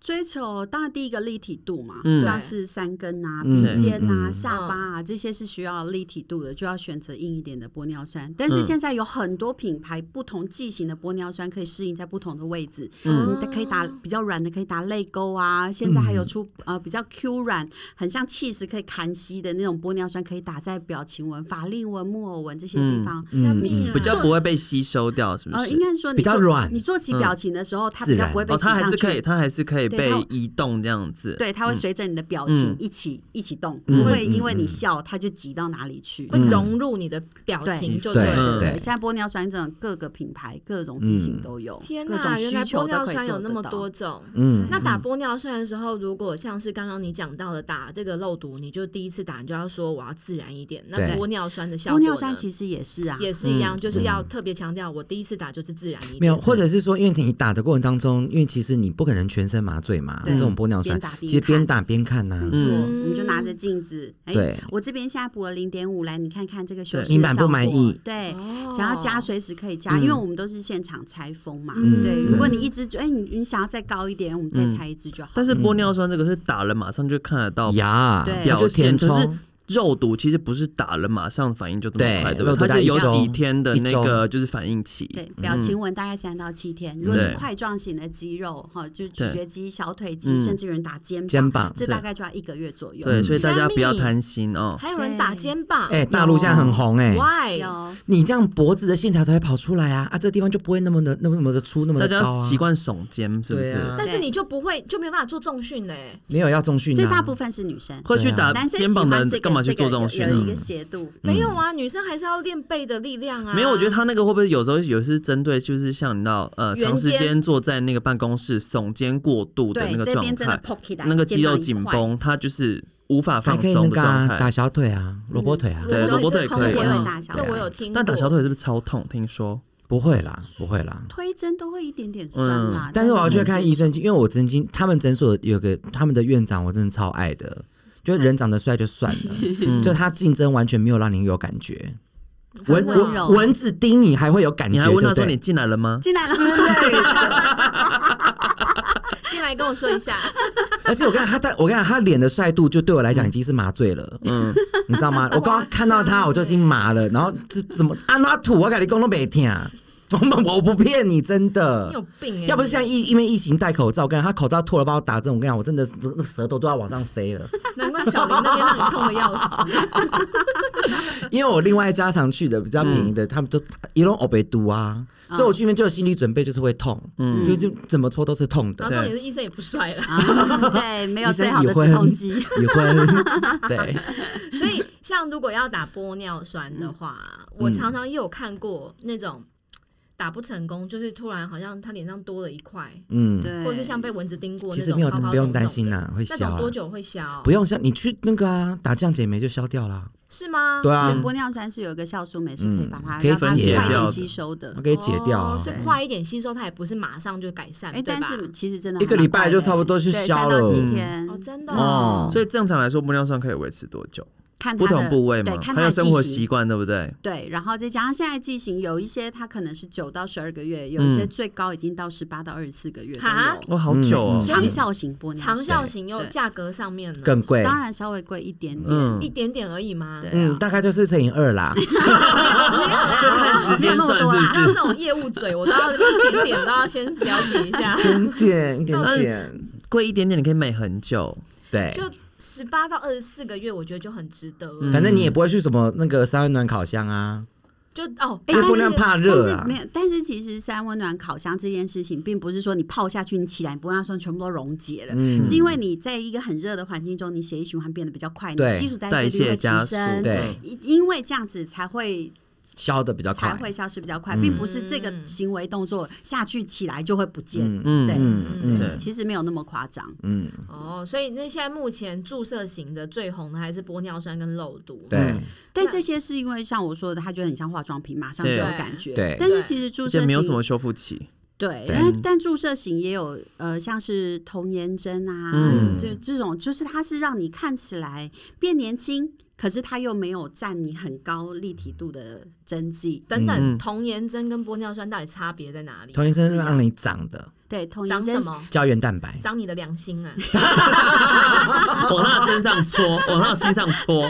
E: 追求当然第一个立体度嘛，
B: 嗯
E: 像是山根啊、
D: 嗯
E: 鼻尖
D: 嗯
E: 啊、
D: 嗯
E: 下巴啊，这些是需要立体度的，就要选择硬一点的玻尿酸。但是
B: 嗯
E: 现在有很多品牌不同剂型的玻尿酸可以适应在不同的位置，
B: 嗯
E: 你可以打比较软的，可以打泪沟啊。
D: 嗯
E: 现在还有出、呃比较 Q 软，很像气势可以弹吸的那种玻尿酸，可以打在表情纹、法令纹、木偶纹这些地方。
C: 下面啊
B: 比较不会被吸收掉，是不
E: 呃，
B: 是
E: 应？该说你
D: 嗯比较
E: 做
D: 软嗯
E: 你做起表情的时候，它
D: 自
E: 比较
D: 然
E: 不会被
B: 哦，
E: 挤
B: 它还
E: 上
B: 是
E: 去。
B: 可以，它还是可以
E: 对
B: 被
E: 它
B: 移动这样子。
E: 对，
D: 嗯
E: 它会随着你的表情
B: 嗯
E: 一起、一起动，不会因为你笑它就挤到哪里去。
C: 会融入你的表情，就
D: 对
C: 了。
E: 对，
D: 嗯对
E: 现在玻尿酸这种各个品牌、各种机型都有，
C: 天
E: 各种
C: 呐，原
E: 需
C: 来
E: 求
C: 玻
E: 都
C: 尿
E: 可以
C: 酸
E: 做
C: 有
E: 得
C: 那么
E: 到
C: 多种。
D: 嗯，
C: 那打玻尿酸的时候，如果像是刚刚你讲到的打这个肉毒，你就第一次打，你就要说我要自然一点。那
D: 对
C: 玻尿酸的效
E: 玻
C: 果呢，
E: 尿酸其实也是啊，
C: 也是一样，就是要特别强调，我第一次打就是自然一点。
D: 没有，或者是说，因为你打的过程当中，因为其实你不可能全身麻醉嘛，
E: 对
D: 这种玻尿酸
E: 边打边，
D: 其实边打边看呐、
E: 没错，
C: 嗯
E: 我们就拿着镜子，哎
D: 嗯对，
E: 我这边现在补了零点五，来你看看这个修
B: 对
E: 饰
D: 你
E: 的
D: 满不
E: 效
D: 满
E: 果
D: 意嗯
E: 对，
C: 哦
E: 想要加随时可以加，因为我们都是现场拆封嘛，
C: 嗯
D: 对嗯
E: 对。如果你一支就，哎，你你想要再高一点，我们再拆一支就好。
B: 但是玻尿酸这个是打了马上就看得到
D: 呀，
E: 对
D: 它
B: 表
D: 就
B: 现，
D: 填
B: 可是
D: 充，
B: 肉毒其实不是打了马上反应就这么快，对
D: 对
B: 不
D: 肉毒
B: 对？它
D: 打
B: 是
D: 一
B: 有
D: 周
B: 几天的
D: 一
B: 那
D: 周
B: 个就是反应期。
E: 对，表情纹大概三到七天。
B: 嗯
E: 如果是块状型的肌肉，哈，就是咀
B: 对
E: 嚼肌、小腿
B: 嗯
E: 肌，甚至有人打肩
D: 肩
E: 膀
D: 膀，
E: 这
B: 对
E: 大概就要一个月左右。
B: 对，所以大家不要
C: 虾米
B: 贪心哦。
C: 还有人打肩膀，
D: 哎、大陆现在很红哎、
C: ，why？
E: 呃有啊
D: 你这样脖子的线条才会跑出来啊，啊，这个地方就不会那么的、那么、那么的粗、那么
B: 大
D: 的
B: 家
D: 高啊。
B: 习惯耸肩是不
D: 对
B: 是？
D: 啊
C: 但是你就不会就没有办法做重训嘞。
D: 没有要重训、啊，
E: 所以大部分是女生，
B: 会
D: 啊
B: 去打
E: 男生喜
B: 肩膀的
E: 欢
B: 人
E: 这个
B: 干嘛去做这种嗯
E: 这
B: 训
E: 个有有一
B: 呢
E: 个？斜度，
D: 嗯
C: 没有啊，女生还是要练背的力量啊。
B: 没有，我觉得他那个会不会有时候有是针对，就是像你知道，呃，
C: 圆
B: 长时
C: 肩
B: 间坐在那个办公室耸肩过度的
E: 对
B: 那个
E: 这
B: 状
E: 边真的
B: 态
E: poke 起，来
B: 那个肌
E: 肩
B: 肉
E: 膀一
B: 紧
E: 块
B: 绷，它就是无法
D: 还
B: 放
D: 可以
B: 松
D: 那
B: 的
D: 个
B: 状
D: 啊、
B: 态
D: 打。小腿啊，
E: 嗯
D: 萝卜腿啊，
B: 对萝卜腿
C: 这
B: 可以
C: 这我
D: 嗯
C: 有
E: 大小
C: 这
E: 腿
C: 我有听过。
B: 但打小腿是不是超痛？听说
D: 不会啦，不会啦。
E: 推针都会一点点酸啦。
B: 嗯
D: 但是我要去
E: 啊是
D: 看医生，因为我曾经他们诊所有个他们的院长，我真的超爱的。就人长得帅就算了，就他竞争完全没有让你有感觉，蚊
E: 很温
D: 蚊
E: 柔
D: 蚊子叮你还会有感觉，
B: 你还问他说
D: 对
B: 你
D: 不
B: 进来了吗？
E: 进
B: [laughs]
E: 来了，
C: 进来跟我说一下，
D: 对？而且我跟你讲他他我跟你讲他脸的帅度就对我来讲已经是麻醉了，嗯，你知道吗？我刚刚看到他我就已经麻了，然后这怎么按他吐，我跟你讲都没听，我我不骗你，真的，
C: [laughs] 你有病哎！
D: [laughs] 要不是像疫因为疫情戴口罩，我跟你讲他口罩脱了帮我打针，我跟你讲，我真的那个舌头都要往上飞了。
C: 难怪小林那边让你痛的要死。
D: 因为我另外一家常去的比较便
E: 嗯
D: 宜的，他们都一弄欧北毒啊，所以我去那边就有心理准备，就是会痛，嗯，就就怎么搓都是痛
C: [laughs] 然
D: 的
E: 嗯
C: 后
B: 对，
C: 重点是医生也不帅 [laughs] 了，
E: 啊对，没有
D: 医生
E: 最好的
D: 已婚
E: 止痛剂。
D: 已
E: [laughs]
D: 婚，对，
C: 所以像如果要打玻尿酸的
D: 嗯
C: 话，我常常也有看过那种打不成功，就是突然好像他脸上多了一块，
D: 嗯，
E: 对，
C: 或者是像被蚊子叮过
D: 其
C: 那
D: 实
C: 种
D: 没有，
C: 泡泡
D: 不用
C: 肿肿
D: 担心
C: 的
D: 啦，会
C: 那
D: 消
C: 种
D: 啊
C: 多，久会消？
D: 不用像你去那个啊打降解酶就消掉啦，
C: 是吗？
D: 对啊
B: 嗯
E: 对，哦玻尿酸是有一个酵素酶是可以把它
D: 可以
E: 让它
B: 分解
E: 快
B: 掉
E: 点
B: 的
E: 吸收的
D: 它。可以解掉啊
C: 哦，是快一点吸收，它也不是马上就改善，
E: 哎，
C: 对
E: 但
C: 吧？
E: 是其实真的
D: 一个礼拜就差不
E: 多
D: 多去消了
E: 到，七天
C: 哦，真的
D: 哦，
B: 所以正常来说，玻尿酸可以维持多久？
E: 看
B: 不
E: 嗯它
B: 同
E: 的
B: 部位嘛
E: 对，，看
B: 还
E: 它
B: 有
E: 的
B: 生活
E: 剂型
B: 习惯，对不对？
E: 对，然后再加上现在剂型，有一些它可能是九到十二个月，有一些最高已经到十八到二十四个月都
C: 哈
E: 有。
B: 哇，好久哦
D: 嗯。
E: 长效型玻尿酸
C: 长效型又
E: 对
C: 价格上面呢，
D: 更贵，
E: 当然稍微贵一点点，
B: 嗯
C: 一，点点而已吗？
E: 对
D: 嗯，大概就是乘以二
E: [laughs]
D: 啦，。
B: 就看时
E: 啊没有
B: 间
E: 那么
B: 算
E: 多啦
B: 是不
C: 像啊这
B: 是？
C: 种业务嘴，我都要一点点都要先了解一下
D: 一点一点点，
B: 贵一点点，你可以美很久。
D: 对。
C: 就十八到二十四个月，我觉得就很值得了。
D: 反正你也不会去什么那个三温暖烤箱啊，
C: 就哦，
E: 哎
D: 因为
E: 但
D: 不
E: 是
D: 能怕
E: 但
D: 热
E: 是
D: 啊
E: 没。有，但是其实三温暖烤箱这件事情，并不是说你泡下去，你起来你玻尿酸全部都溶解了，是因为你在一个很热的环境中，你血液循环变得比较快，你
D: 对
E: 基础代
B: 代
E: 谢率
B: 谢
E: 会
B: 加
E: 提
B: 速，
E: 升，
D: 对，
E: 因因为这样子才会
D: 消的比较
E: 才
D: 快。
E: 会消失比较快，并不是这
C: 嗯
E: 个行为动作下去起来就会不见。
B: 嗯
E: 对，
D: 嗯
B: 对
E: 对，其实没有那么夸张。
D: 嗯，
C: 哦，所以那现在目前注射型的最红的还是玻尿酸跟肉毒。
D: 对，
E: 但这些是因为像我说的，它就很像化妆品，马上就有
C: 对
E: 感觉。
D: 对
E: 但是其实注
B: 而
E: 射
B: 且没有
E: 型
B: 什么修复期。 [laughs]
E: 对，
D: 对
E: 但但注射型也有呃，像是童颜针啊，
B: 嗯
E: 就这种，就是它是让你看起来变年轻，可是它又没有占你很高立体度的针剂。
C: 等
B: 嗯
C: 等，童颜针跟玻尿酸到底差别在哪里？
D: 童医生让你长的
E: 对，童颜
C: 长
E: 针
C: 什么？
D: 胶原蛋白，
C: 长你的良心啊！
B: 往他的身上戳，往他的心上戳。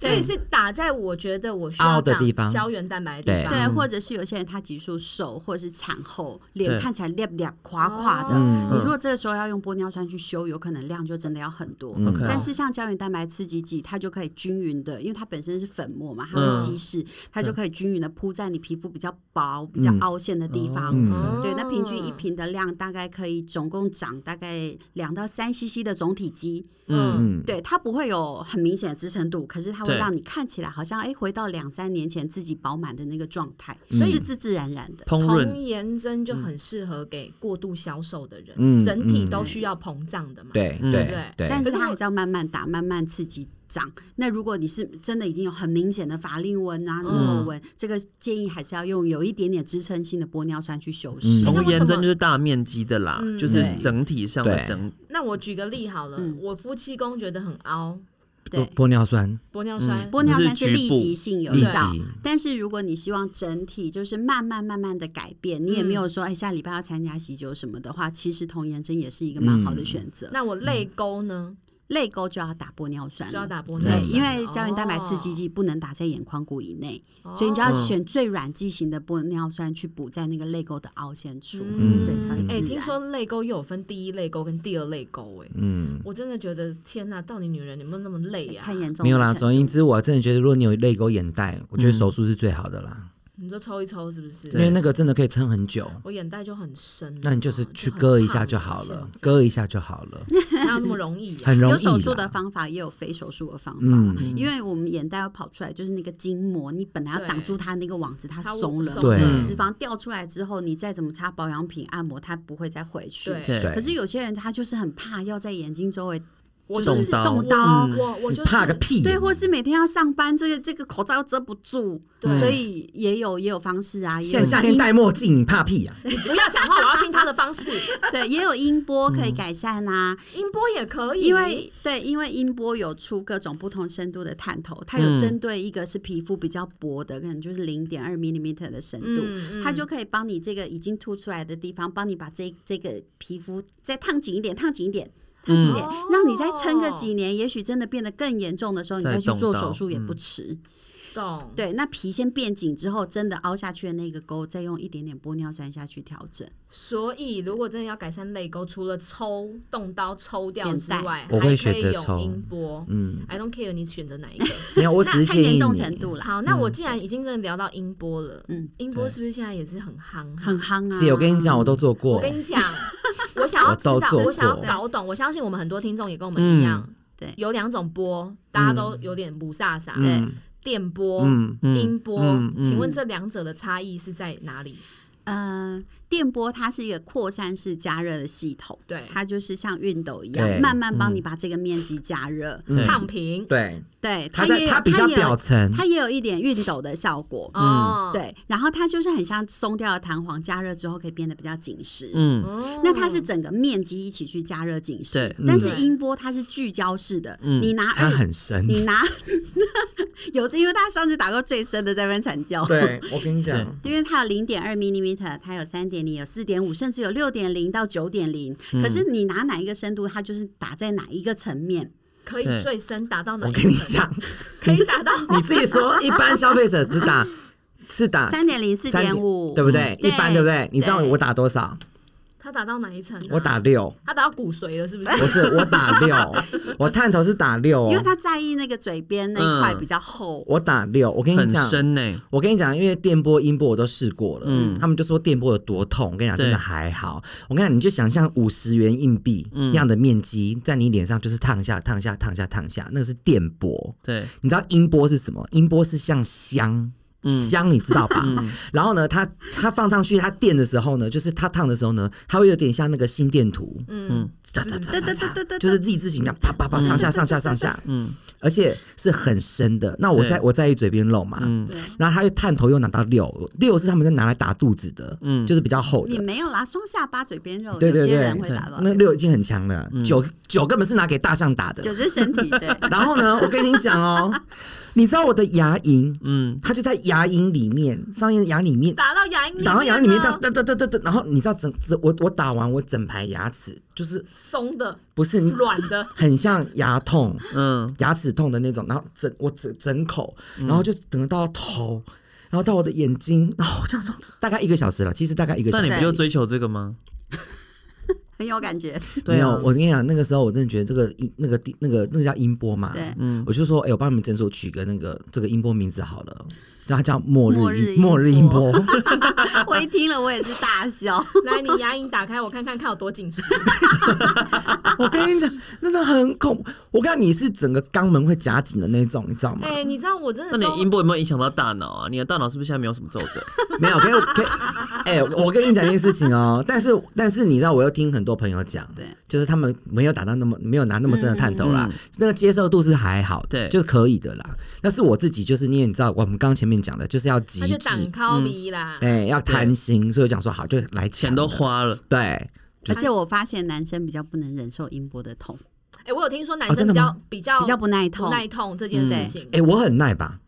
C: 所以是打在我觉得我需要
D: 凹的
C: 长
D: 地方
C: 胶原蛋白的地
D: 对
C: 方。
E: 对，或者是有些人他激素瘦，或者是产后脸
B: 对
E: 看起来裂裂垮垮的，
D: 嗯
E: 你如果这个时候要用玻尿酸去修，有可能量就真的要很多。
D: 嗯 OK
E: 但是像胶原蛋白刺激剂，它就可以均匀的，因为它本身是粉末嘛，它会稀
D: 嗯
E: 释，它就可以均匀的铺在你皮肤比较薄、比
D: 嗯
E: 较凹陷的地方。
C: 哦
E: 对，那平均一瓶的量大概可以总共长大概两到三 CC 的总体积，
C: 嗯，
D: 嗯，
E: 对，它不会有很明显的支撑度，可是它会
B: 对
E: 让你看起来好像哎回到两三年前自己饱满的那个状态，
D: 所以嗯
E: 是自自然然的。
B: 烹
C: 童
B: 饪，
C: 颜针就很适合给过度消瘦的人，
D: 嗯
C: 整体都需要膨胀的嘛。
D: 对
B: 嗯
D: 对对，
E: 但
C: 可
E: 是
C: 是
E: 它
C: 我
E: 还是要慢慢打，慢慢刺激长。那如果你是真的已经有很明显的法令纹啊、
C: 嗯
E: 鱼尾纹，这个建议还是要用有一点点支撑性的玻尿酸去修
D: 嗯
E: 饰。
B: 童
C: 那为什
B: 颜针
C: 么
B: 就是大面积的啦，
C: 嗯
B: 就是
E: 对
B: 整体上的
D: 对
B: 整
C: 那我举个例好了，
E: 嗯
C: 我夫妻宫觉得很凹，
E: 对
D: 哦玻，玻尿酸
C: 玻尿酸，
E: 玻尿
B: 是
E: 酸是
B: 局
E: 立
B: 部
E: 即性有
D: 立
E: 效
D: 即，
E: 但是如果你希望整体就是慢慢慢慢的改变，你也没有说哎下礼拜要参加喜酒什么的话，其实童颜针也是一个蛮
D: 嗯
E: 好的选择。
C: 那我泪沟呢
E: 泪沟就要打玻尿酸了，
C: 就要打
D: 嗯
C: 玻尿酸哦了，，
E: 对因为胶原蛋白刺激剂不能打在眼眶骨以内，
C: 哦
E: 所以你就要选最软剂型的玻尿酸去补在那个泪沟的凹陷处，
C: 嗯
E: 对，才会自
C: 哎、
E: 然。
C: 听说泪沟又有分第一泪沟跟第二泪沟，哎，
D: 嗯。
C: 我真的觉得天哪，到底女人有没有那么累呀、
E: 太严重
D: 没有啦，
E: 了
D: 总而言之，我真的觉得，如果你有泪沟眼袋，我觉得手术是最好的
E: 嗯
D: 啦，
C: 你就抽一抽是不是？
D: 因为那个真的可以撑很久。
C: 我眼袋就很深啊，
D: 那你就是去
C: 很
D: 割一下
C: 胖
D: 就
C: 啊
D: 好了，
C: 现在
D: 割一下就好
E: [laughs]
D: 了，
C: 哪有那么容易呀、
D: [laughs] 很容易
E: 有
D: 啦。嗯
E: 手术的方法，嗯也有非手术的方法啦，因为我们眼袋要跑出来，就是那个筋膜，你本来要挡住它那个网子，它
C: 它
E: 松了，
C: 松
D: 对
B: 了
E: 脂肪掉出来之后，你再怎么擦保养品、按摩，它不会再回去。
C: 对
B: 对，
E: 可是有些人他就是很怕要在眼睛周围，
C: 我
E: 就
C: 就是是
B: 动
E: 动
C: 我
E: 刀，
C: 我我
D: 你
C: 就是
D: 怕个屁！
E: 对，或是每天要上班，这个这个口罩又遮不住，
C: 对
E: 所以也有也有方式啊，也
D: 现在
E: 有
D: 夏天戴墨镜，你怕屁呀？
C: 你不要讲话，我要听他的方式。
E: [laughs] 对，也有音波可以改善啊，
C: 音波也可以，
E: 因为对，因为音波有出各种不同深度的探头，它有
B: 嗯
E: 针对一个是皮肤比较薄的，可能就是零点二 m m 的深度。
C: 嗯嗯
E: 它就可以帮你这个已经凸出来的地方，帮你把这这个皮肤再烫紧一点，烫紧一点，烫紧一点，
C: 嗯
E: 让你再撑个几年，也许真的变得更严重的时候，你
B: 再
E: 再去
B: 动
E: 做
B: 刀
E: 手术也
B: 嗯
E: 不迟。
C: 懂。
E: 对，那皮先变紧之后，真的凹下去的那个沟，再用一点点玻尿酸下去调整。
C: 所以如果真的要改善泪沟，除了抽动刀抽掉之外，
D: 眼袋我会选择
C: 还可
D: 抽
C: 以有音波。
D: 嗯，
C: I don't care 你选择哪一个。
D: 没有，我只
E: 那
D: 是
E: 看
D: 建议
E: 严重程
D: 你
E: 度啦，
C: 好，那我既然已经真的聊到音波了，
E: 嗯
C: 嗯，音波是不是现在也是很夯？
E: 很夯啊。
D: 姐，我跟你讲，我都做
C: 我
D: 过。
C: 跟你
D: [laughs]
C: 讲，我想要知
D: 我都
C: 道，
D: 做过嗯
C: 我想要搞懂，我相信我们很多听众也跟我们一样，
E: 对
C: 有两种波，大家都有点不飒飒，
E: 对，
C: 电波、
D: 嗯
B: 嗯
C: 音波，
B: 嗯嗯
C: 请问这两者的差异是在哪里？
E: 呃，电波它是一个扩散式加热的系统，
C: 对
E: 它就是像熨斗一样
D: 对，嗯
E: 慢慢帮你把这个面积加热。
B: 对
C: 烫平
D: 对，
E: 对，
D: 它
E: 也
D: 在
E: 有
D: 它比较
E: 也有
D: 表层，
E: 它也有一点熨斗的效果。
D: 嗯
C: 哦，，
E: 对，然后它就是很像松掉的弹簧，加热之后可以变得比较紧实。
B: 嗯，
C: 哦
E: 那它是整个面积一起去加热紧实
B: 对，
E: 但是
C: 嗯
E: 音波它是聚焦式的，
B: 嗯
E: 你拿
D: 它
E: 耳
D: 很深。
E: [laughs] 你拿有的，因为他上次打过最深的在那边惨叫。，
D: 对，我跟你
B: 讲，
E: 因为它有零点二 m m 它有三点零，有四点五，甚至有六点零到九点零。可
D: 嗯
E: 是你拿哪一个深度，它就是打在哪一个层面。
C: 可以最深达到哪
D: 我
C: 一
D: 跟你
C: 层？啊
D: 讲，
C: 可以达到
D: 你自己说，一般消费者只打是打
E: 三点零、四
D: 三
E: 点五，
D: 对不对？一
E: 对
D: 般对不对？你知道
E: 对
D: 我打多少？
C: 他达到哪一层啊？
D: 我打六，
C: 他打到骨髓了，是不
D: [laughs]
C: 是？
D: 不是我打六，我探头是打六
E: 因为
D: 哦，
E: 他在意那个嘴边那一块
B: 嗯
E: 比较厚。
D: 我打六。我跟你
B: 很
D: 讲，
B: 深呢，
D: 我跟你讲，因为电波、音波我都试过了，他们就说电波有多痛。我跟你讲，
B: 对
D: 真的还好。我跟你讲，你就想象五十元硬币那样的面积，在你脸上就是烫下、烫下、烫下、烫下，那个是电波。
B: 对，
D: 你知道音波是什么？音波是像香。香你知道吧？然后呢，它它放上去，它电的时候呢，就是它烫的时候呢，它会有点像那个心电图，嗯，哒哒哒哒哒哒，就是 Z 字形这样啪啪啪上下上下上下，嗯，而且是很深的。那我
B: 对
D: 在我在意嘴边肉嘛，嗯，
E: 对，
D: 然后他就探头又拿到六，六是他们在拿来打肚子的，嗯，就是比较厚
E: 你
D: 的。
E: 没有啦，双下巴、嘴边肉，
D: 对对
E: 有些
D: 对
E: 人会打到 [laughs]
D: 那六已经很强了，九九根本是拿给大象打的。 [laughs]
E: 九是身体对。
B: [laughs]
D: 然后呢，我跟你讲哦，你知道我的牙龈，
B: 嗯，啊
D: 它就在牙龈里面，上面的牙里面，
C: 打到牙龈面了，
D: 打到牙里面，哒哒哒哒哒哒，然后你知道整整我我打完我整排牙齿就是
C: 松的，
B: [laughs]
D: 不是
C: 软的，
D: 很像牙痛，
B: 嗯，
D: 牙齿痛的那种，然后整我整整口，然后就整个到头，然后到我的眼睛，然后我这样说大概一个小时了，其实大概一个小
B: 那
D: 时。
B: 你不
E: 对
B: 就追求这个吗？
E: 很有感觉。
D: 没
B: 对
D: 有
B: 啊，，
D: 我跟你讲，那个时候我真的觉得这个音，那个地，那个那个叫音波嘛，
E: 对
D: 嗯，我就说，哎、我帮你们诊所取个那个这个音波名字好了，然后它叫末
E: 末
D: 日
E: 日
D: 音末日音
E: 音
D: 波 [laughs]
E: 波，我一听了，我也是大笑。
C: 来，你牙龈打开，我看看看有多
D: [laughs]
C: 紧实。
D: 我跟你讲，真的很恐怖，我跟你讲，你是整个肛门会夹紧的那种，你知道吗？
C: 哎、你知道我真
B: 那
C: 的
B: 你
C: 都
B: 音波有没有影响到大脑啊？你的大脑是不是现在没有什么皱 [laughs] 褶？
D: 没有，可以可以，哎、我跟你讲一件事情哦， [laughs] 但是但是你知道，我又听很多朋友讲，
E: 对，
D: 就是他们没有打到那么没有拿那么深的探头啦，
B: 嗯
D: 那个接受度是还好，
B: 对
D: 就是可以的啦。但是我自己就是你也知道，我们刚前面讲的就是要极
C: 那就挡
D: 致，
C: 靠鼻
E: 啊
C: 啦。
D: 哎、要贪心，所以我讲说好就来
B: 钱都
D: 花，
B: 花了，
D: 对，
E: [laughs] 而且我发现男生比较不能忍受音波的痛，
C: 哎、我有听说男
D: 哦
C: 生
D: 真
C: 比
D: 的
C: 较、
D: 吗
C: 比较
E: 比较不耐痛。
C: 不耐痛这件事
E: 嗯
C: 情
D: 哎、。我很耐吧，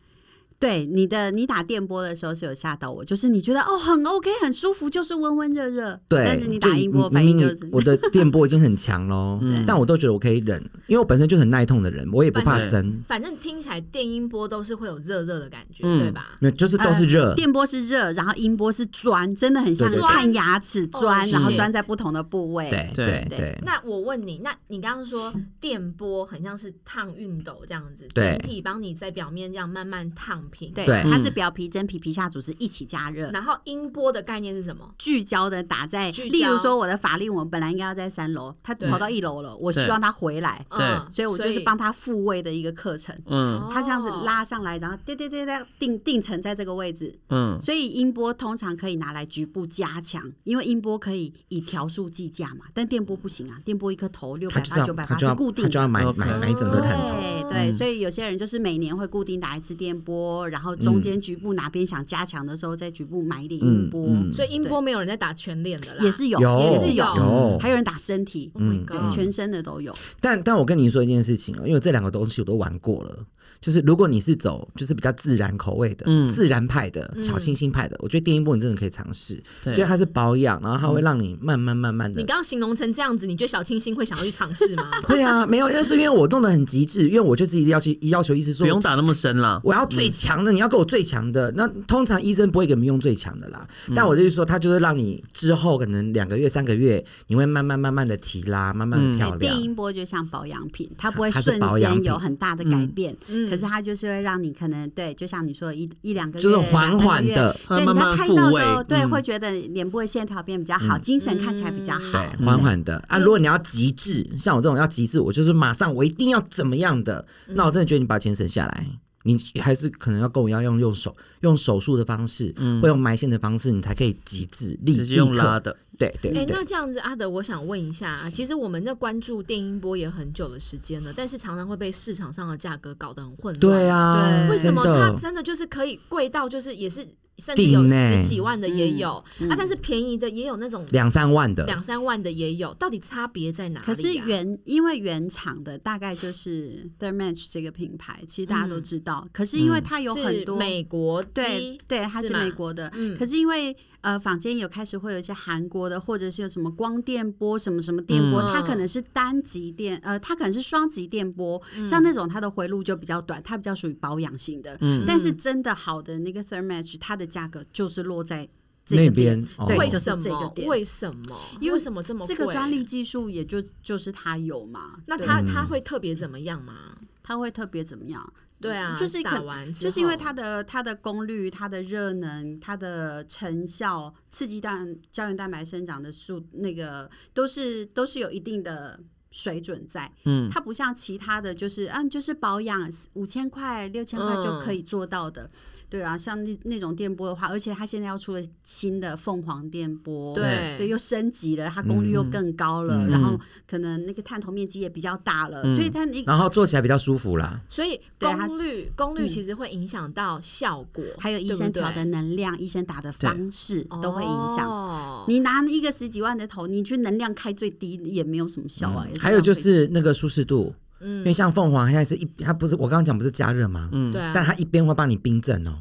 E: 对你的，你打电波的时候是有吓到我，就是你觉得哦很 OK 很舒服，就是温温热热。
D: 对，
E: 但是你
D: 就
E: 打音波反
D: 明
E: 应
D: 明
E: 就
D: 你
E: 是
D: 我的电波已经很强喽，
E: [laughs]
D: 但我都觉得我可以忍，因为我本身就很耐痛的人，我也不怕
B: 反正
D: 针，
C: 反正听起来电音波都是会有热热的感觉，
B: 嗯
C: 对吧？
D: 没有就是都是热。
E: 呃电波是热，然后音波是钻，真的很像
D: 对对对
E: 看牙齿钻，
C: 哦
E: 然后
C: 是
E: 钻在不同的部位。
D: 对
B: 对
D: 对
E: 对
D: 对，
C: 那我问你，那你刚刚说电波很像是烫熨斗这样子，
D: 对
C: 整体帮你在表面这样慢慢烫平。
E: 对，
D: 对
E: 它是表皮真皮皮下组织一起加热。
C: 然后音波的概念是什么？
E: 聚焦的打在，
C: 聚
E: 例如
C: 焦
E: 说我的法令纹本来应该要在三楼，它
C: 对
E: 跑到一楼了，我
B: 对
E: 希望它回来，
B: 对
C: 嗯
E: 所以我就是帮他复位的一个课程。
B: 嗯
E: 他这样子拉上来，然后对对对对，定定层在这个位置，
B: 嗯，
E: 所以音波通常可以拿来局部加强，因为音波可以以条数计价嘛，但电波不行啊，电波一颗头六
D: 他
E: 百
D: 就
E: 八
D: 要
E: 九百
D: 他
E: 八
D: 就是要
E: 固定
D: 他就要
E: 的。
D: 买
B: 哦
D: 买买一整个
C: 要
D: 探
C: 头
D: 头。嗯
E: 对对，所以有些人就是每年会固定打一次电波，然后中间局部哪边想加强的时候，再局部买一点音
D: 嗯
E: 波，
D: 嗯嗯
C: 所以音波没有人在打全脸的啦，
E: 也是有，
D: 有
E: 也是
C: 有
D: 有
E: 还有人打身体，
C: Oh my
D: 嗯
C: god，
E: 对，全身的都有。
D: 但但我跟你说一件事情哦，因为这两个东西我都玩过了。就是如果你是走就是比较自然口味的、
B: 嗯
D: 自然派的、小清新派的，我觉得电音波你真的可以尝试，
B: 对
D: 因为它是保养，然后它
E: 嗯
D: 会让你慢慢慢慢的
C: 你刚刚形容成这样子，你觉得小清新会想要去尝试吗？
D: 对啊，没有，但是因为我弄得很极致，因为我就自己要去要求医生说，
B: 不用打那么深啦。
D: 我要最强的，你要给我最强的。那通常医生不会给你们用最强的啦，
B: 嗯
D: 但我就是说，他就是让你之后可能两个月、三个月，你会慢慢慢慢的提拉，慢慢地
B: 嗯
D: 漂亮
E: 电。音波就像保养品，它不会
D: 它是
E: 瞬
D: 保养
E: 间
D: 品
E: 有很大的改变，
C: 嗯
E: 可是它就是会让你可能对，就像你说的一一两个月，
D: 就是缓缓
E: 两
D: 的，
E: 三个月，对，
B: 慢
E: 你
B: 慢
E: 在拍照
B: 复
E: 的时候，
B: 位
E: 对，
B: 嗯
E: 会觉得脸部的线条变比较好，精神看起来比较
D: 对
E: 好。，
D: 缓缓的
E: 嗯
D: 啊。如果你要极致，像我这种要极致，我就是马上我一定要怎么样的，
E: 嗯
D: 那我真的觉得你把钱省下来。你还是可能要跟我一样用用手用手术的方式，会用埋线的方式，你才可以极致立
B: 嗯直接用
D: 立刻
B: 拉的，
D: 对对
C: 哎、
D: 嗯对，
C: 那这样子，阿德，我想问一下啊，其实我们在关注电音波也很久的时间了，但是常常会被市场上的价格搞得很混乱。
D: 对，啊，
C: 为什么
D: 真
C: 它
D: 的
C: 真的就是可以贵到就是也是甚至有
D: 顶欸嗯
C: 十几万的也有、啊，但是便宜的也有那种
D: 两三万的？
C: 两三万的也有，到底差别在哪里、啊？
E: 可是原因为原厂的大概就是 Thermatch 这个品牌，其实大家
B: 嗯
E: 都知道。可是因为它有
C: 是
E: 很多
C: 美国
E: 对
C: 机，
E: 对，它
C: 是
E: 是
C: 吗
E: 美国的。
C: 嗯
E: 可是因为呃，坊间有开始会有一些韩国的，或者是有什么光电波、什么什么电波，
C: 嗯
E: 它可能是单极电，呃，它可能是双极电波，
C: 嗯
E: 像那种它的回路就比较短，它比较属于保养型的。
B: 嗯
E: 但是真的好的那个 Thermatch，它的价格就是落在这个
D: 那
E: 点
D: 边哦
E: 对
C: 为
E: 就是
C: 什么？
E: 这个点
C: 为什么？
E: 因为
C: 为什么这么
E: 这个
C: 贵
E: 专利？技术也就就是它有嘛，
C: 那
D: 嗯
E: 对
C: 它它会特别怎么样吗？
E: 它会特别怎么样？
C: 对啊，
E: 就是
C: 打
E: 可
C: 完之
E: 就是因为
C: 后
E: 它的它的功率、它的热能、它的成效、刺激蛋胶原蛋白生长的数，那个都是都是有一定的水准在。
B: 嗯，
E: 它不像其他的，就是嗯、就是保养五千块、六千块就可以做到的。对啊，像那那种电波的话，而且它现在要出了新的凤凰电波，
C: 对
E: 对，又升级了，它功率又更高了，
D: 嗯
E: 然后可能那个探头面积也比较大了，所以它那
D: 然后做起来比较舒服啦。
C: 所以
E: 对它
C: 功率功率其实会影响到效果，
E: 还有医
C: 对不
E: 生
C: 对
E: 调的能量、医生打的方式都会影响。
C: 哦
E: 你拿一个十几万的头，你去能量开最低也没有什么效啊。也是
D: 嗯还有就
E: 浪费嗯
D: 是那个舒适度，因为像凤凰现在是一，它不是我刚刚讲不是加热吗？嗯，
C: 对啊，
D: 但它一边会帮你冰镇哦，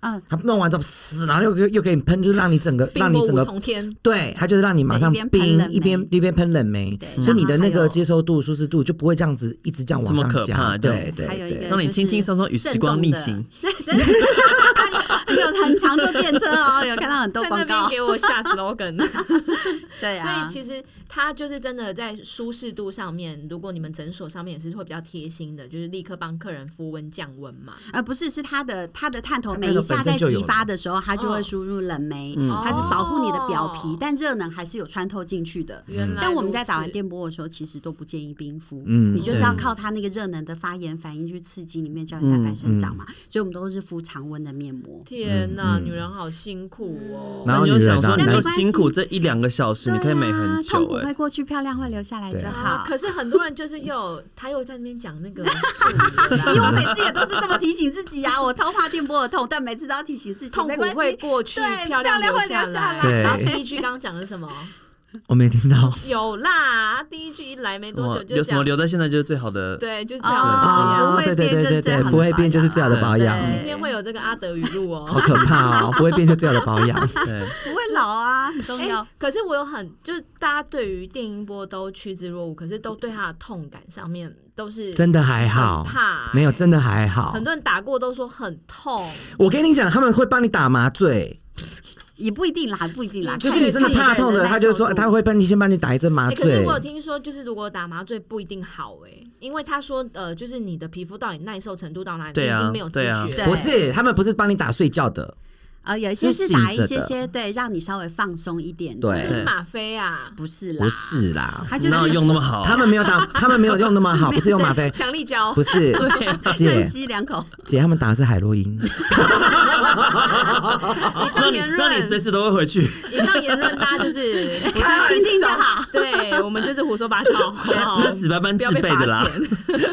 E: 嗯，
D: 它弄完之后呲，然后又给又给你喷，就是让你整个
C: 冰
D: 让你
C: 火
D: 整
C: 五
D: 个
C: 重
E: [laughs]
C: 天，
D: 对，它就是让你马上
E: 对一边喷
D: 冰
E: 冷
D: 一边
E: 媒
D: 一边喷冷媒
E: 对，
D: 所以你的那
E: 然后还有
D: 个接受度、舒适度就不会这样子一直这样
B: 这
D: 往
B: 么
D: 上
B: 可怕
D: 加。
B: 这样
D: 对
B: 子
D: 对
E: 还有一
D: 对
E: 个，
B: 让你轻轻松松与时光逆行。
E: [laughs] 你有很常坐电车哦，有看到很多
C: 在那
E: 广
C: 边
E: 告，
C: 给我下 slogan。
E: [laughs] 对
C: 所
E: 啊，
C: 以其实它就是真的在舒适度上面，如果你们诊所上面也是会比较贴心的，就是立刻帮客人敷温降温嘛。
E: 而呃不是是它的它的探头
D: 它
E: 每
D: 那
E: 一
D: 个
E: 下
D: 本
E: 在
D: 身就有
E: 激
D: 了
E: 发的时候，它就
C: 哦
E: 会输入冷媒，
B: 嗯
E: 它是保护你的表皮
C: 哦，
E: 但热能还是有穿透进去的。
C: 原来如此，
E: 但我们在打完电波的时候，其实都不建议冰敷，
D: 嗯
E: 你就是
D: 对嗯
E: 要靠它那个热能的发炎反应去刺激里面胶原蛋白生长嘛，所以我们都是敷常温的面膜。
C: 天呐，
D: 嗯嗯
C: 女人好辛苦哦。
D: 然
B: 那
D: 后
B: 你就
D: 女人
B: 想说，
D: 当
B: 你
D: 然
B: 就
E: 没关系
B: 辛苦这一两个小时，你可以美很
E: 对啊痛
B: 久
E: 苦
B: 哎、
E: 会过去，漂亮会留下来就
D: 欸对
E: 好。
C: 可是很多人就是又他又在那边讲那个术语啦
E: [laughs] 因为我每次也都是这么提醒自己啊，我超怕电波的痛，但每次都要提醒自己，
C: 痛
E: 没
C: 苦
E: 关系
C: 会过去，
E: 对
C: 漂
E: 漂亮
C: 留
E: 会留下
C: 来。
D: 来
C: 然后
D: 对
C: 第一句刚刚讲的什么？
D: 我没听到。
C: 有啦，第一句一来没
B: 什
C: 多
B: 么
C: 久就
B: 留什么
C: 讲，
B: 留在现在就是最好的。
C: 对，就这样。
E: 哦不
D: 啊，
E: 会
D: 对对
E: 变
D: 对对
E: 是最
D: 对，
E: 好的
D: 不会变就是最好的
B: 保
D: 保
E: 养
D: 养，
E: 对
C: 今天会有这个阿德语录哦
D: [laughs] 好。可怕哦，不会变就最好的保
C: [laughs]
D: 养。
B: 对，
E: 不会老啊，很重
C: 哎，
E: 要。
C: 可是我有很，就是大家对于电音波都趋之若鹜，可是都对它的痛感上面都是
D: 真的还好
C: 很怕、欸
D: 没有，真的还好
C: 很。多人打过都说很痛，
D: 我跟你讲，他们会帮你打麻醉，
E: 也不一定啦，不一定
C: 啊嗯
E: 啦，
D: 就是你真的怕痛的，他就说他
E: 会
D: 会帮你先帮你打一针麻
C: 哎、可是
D: 醉
C: 我。有听说，就是如果打麻醉不一定好哎、因为他说呃，就是你的皮肤到底耐受程度到哪里，
B: 对啊
C: 你已经没有知
B: 对啊
C: 觉
E: 对
C: 了。
D: 不是，他们不是帮你打睡觉的，
E: 啊，有一些是
D: 是
E: 打一
D: 醒着
E: 些
D: 的
E: 些对，让你稍微放松一点的，
D: 对
C: 是不是吗啡啊？
E: 不是啦，
D: 不，是啦，
E: 他就是
B: 哪
E: [laughs]
B: 有用那么好？啊
D: 他们没
C: [laughs]
D: 有打，他们没有用那么好，不是用吗啡，
C: 强力胶
D: 不
C: [laughs]
D: 是
B: [laughs]
E: 深
D: 姐
E: 吸两口，
D: 姐他们打的是海洛因，
C: 以上
B: 让你
C: 言
B: 让你随
C: 论，
B: 时都会回去。
C: 以上言论大家就是
B: [laughs]
E: 听听就好。
C: 对我们就是胡说八道，好不好
B: 那死白班
C: 哦不
B: 自
C: 要被
B: 备
C: 罚
B: 的啦，
C: 钱。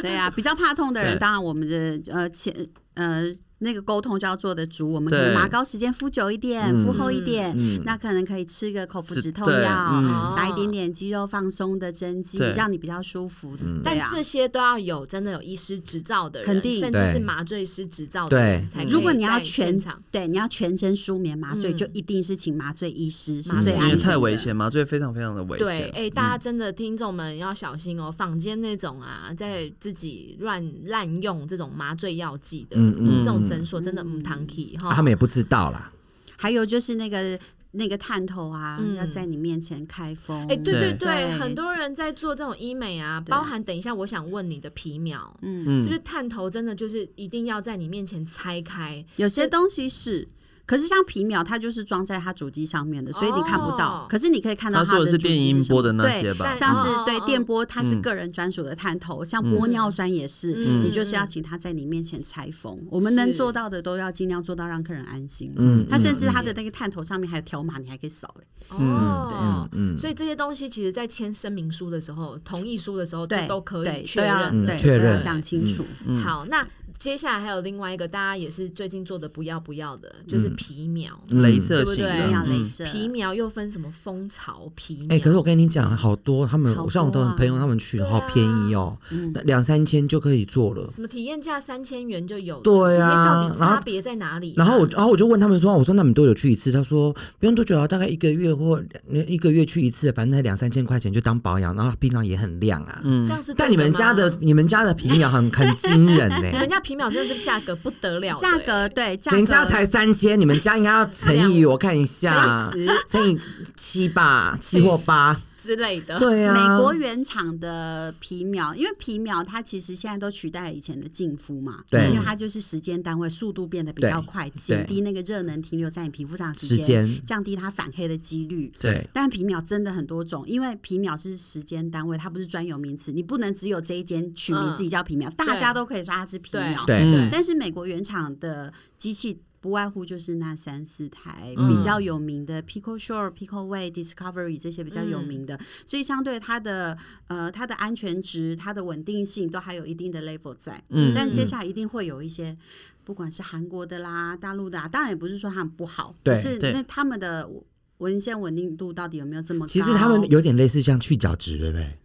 E: 对啊，比较怕痛的人，
B: 对
E: 当然我们的呃前呃。那个沟通就要做得足，我们
B: 对
E: 可能麻膏时间敷久一点，
D: 嗯
E: 敷厚一点，
D: 嗯
E: 那可能可以吃个口服
B: 止
E: 止痛
B: 对
E: 药，哦
B: 嗯
E: 打一点点肌肉放松的针剂
B: 对，
E: 让你比较舒服。对
C: [laughs] 但
E: 啊，
C: 这些都要有真的有医师执照的人，
E: 肯定
C: 甚至是
D: 对
C: 麻醉师执照的人
D: 对
C: 才可以
E: 如果你要
C: 在
E: 全
C: 现场
E: 对你要全身舒眠麻醉，
C: 嗯
E: 就一定是请麻醉医师是
C: 麻醉
E: 最
B: 嗯因
E: 安
B: 为
E: 全。
B: 太危险，麻醉非常非常的危
C: 对，
B: 险。
C: 哎、大家真的听众们要小心哦，坊间那种啊，在自己乱滥用这种麻醉药剂的，
D: 嗯嗯，
C: 这种哦诊
D: 嗯
C: 所真的唔堂体
D: 啊
C: 哈。
B: 嗯
D: 他们也不知道啦，
E: 还有就是那个那个探头啊，
C: 嗯
E: 要在你面前开封。
C: 哎、对对
B: 对
C: 对，很多人在做这种医美啊，
E: 对
C: 包含等一下我想问你的皮秒，
E: 嗯，
B: 嗯
C: 是不是探头真的就是一定要在你面前拆开，
E: 有些东西是。可是像皮秒，它就是装在它主机上面的，所以你看不
C: 哦
E: 到。可是你可以看到
B: 他
E: 它
B: 说
E: 的
B: 的是
E: 主机
B: 电音波的
E: 什么
B: 那些吧
C: 对？
E: 像是
C: 哦哦
E: 对
C: 哦
E: 电波，它是
B: 嗯
E: 个人专属的探头，像
B: 嗯
E: 玻尿酸也是，
C: 嗯
E: 你就是要请它在你面前拆封。我们能做到的都要尽量做到让客人安心。
D: 嗯
E: 它甚至
C: 嗯
E: 它的那个探头上面还有条码，你还可以扫、欸。
C: 哦，
D: 嗯
C: 所以这些东西其实，在签声明书的时候、同意书的时候，就
E: 对，
C: 都可
E: 对啊
C: 以确
E: 都要
C: 认。嗯
E: 对
D: 确
E: 都要
D: 认
E: 讲清楚。
D: 嗯
C: 好，那接下来还有另外一个，大家也是最近做的不要不要的，
D: 嗯
C: 就是皮秒。
E: 嗯
B: 镭射
C: 对不
B: 型
C: 对
B: 的，
E: 不要
B: 嗯
E: 镭射
C: 皮苗又分什么蜂巢皮苗？
D: 哎、可是我跟你讲，好多他们，
E: 好
D: 我像我
E: 多
D: 都
E: 啊
D: 很朋友他们去，
C: 对啊
D: 好便宜哦，
E: 嗯
D: 那两三千就可以做了。
C: 什么体验价三千元就有了，
D: 对啊
C: 哎到底
D: 然
C: 差
D: 后
C: 别在哪里啊？
D: 然后我，然后我就问他们说：“我说那你们多久去一次？”他说：“不用多久啊，大概一个月或两一个月去一次，反正才两三千块钱就当保养，然后平常也很亮啊。
B: 嗯
C: 这样是对
D: 但你们
C: 吗
D: 家的你们家的皮秒很很惊人呢、
C: 你们家皮秒真的是价格不得了的，
E: 价格对，价
D: 人
E: 格
D: 家才三千，你们家应该要乘以我看一下
C: 乘以十，
D: 乘以七吧，七或八，
C: 之类的。
D: 对啊，
E: 美国原厂的皮秒，因为皮秒它其实现在都取代了以前的净肤嘛，
D: 对
E: 因为它就是时间单位，速度变得比较快，减低那个热能停留在你皮肤上的时
D: 时间
E: 降低它反黑的几率。
D: 对
E: 但皮秒真的很多种，因为皮秒是时间单位，它不是专有名词，你不能只有这一间取名自己叫皮秒，大家都可以说它是皮秒。
D: 对
B: 嗯
E: 但是美国原厂的机器不外乎就是那三四台、
C: 嗯
E: 比较有名的 Pico Shore、Pico Way、Discovery 这些比较有名的，所以相对它的呃它的安全值、它的稳定性都还有一定的 level 在。
B: 嗯
E: 但接下来一定会有一些。不管是韩国的啦、大陆的啊，当然也不是说他们不好，只
D: 对
E: 是
B: 对
E: 那他们的文献稳定度到底有没有这么高？
D: 其实他们有点类似像去角质，对不对？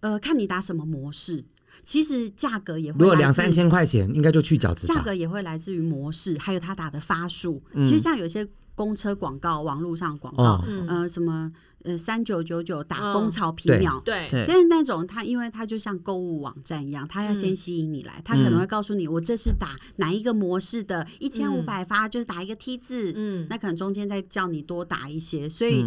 E: 呃，看你打什么模式。其实价格也会
D: 如果
E: 来
D: 两
E: 自
D: 三千块钱，应该就去饺子
E: 价
D: 吧。
E: 格也会来自于模式，还有他打的发数。
B: 嗯
E: 其实像有些公车广告、网络上广告
D: 哦，
C: 嗯
E: 呃，什么呃三九九九打
C: 嗯
E: 蜂巢皮
D: 对
E: 秒。
C: 对
B: 对
E: 但是那种它，因为它就像购物网站一样，它要
B: 嗯
E: 先吸引你来，它可能会告诉你，我这是打哪一个模式的，一千五百发就是打一个 T 字，
C: 嗯
E: 那可能中间再叫你多打一些，所以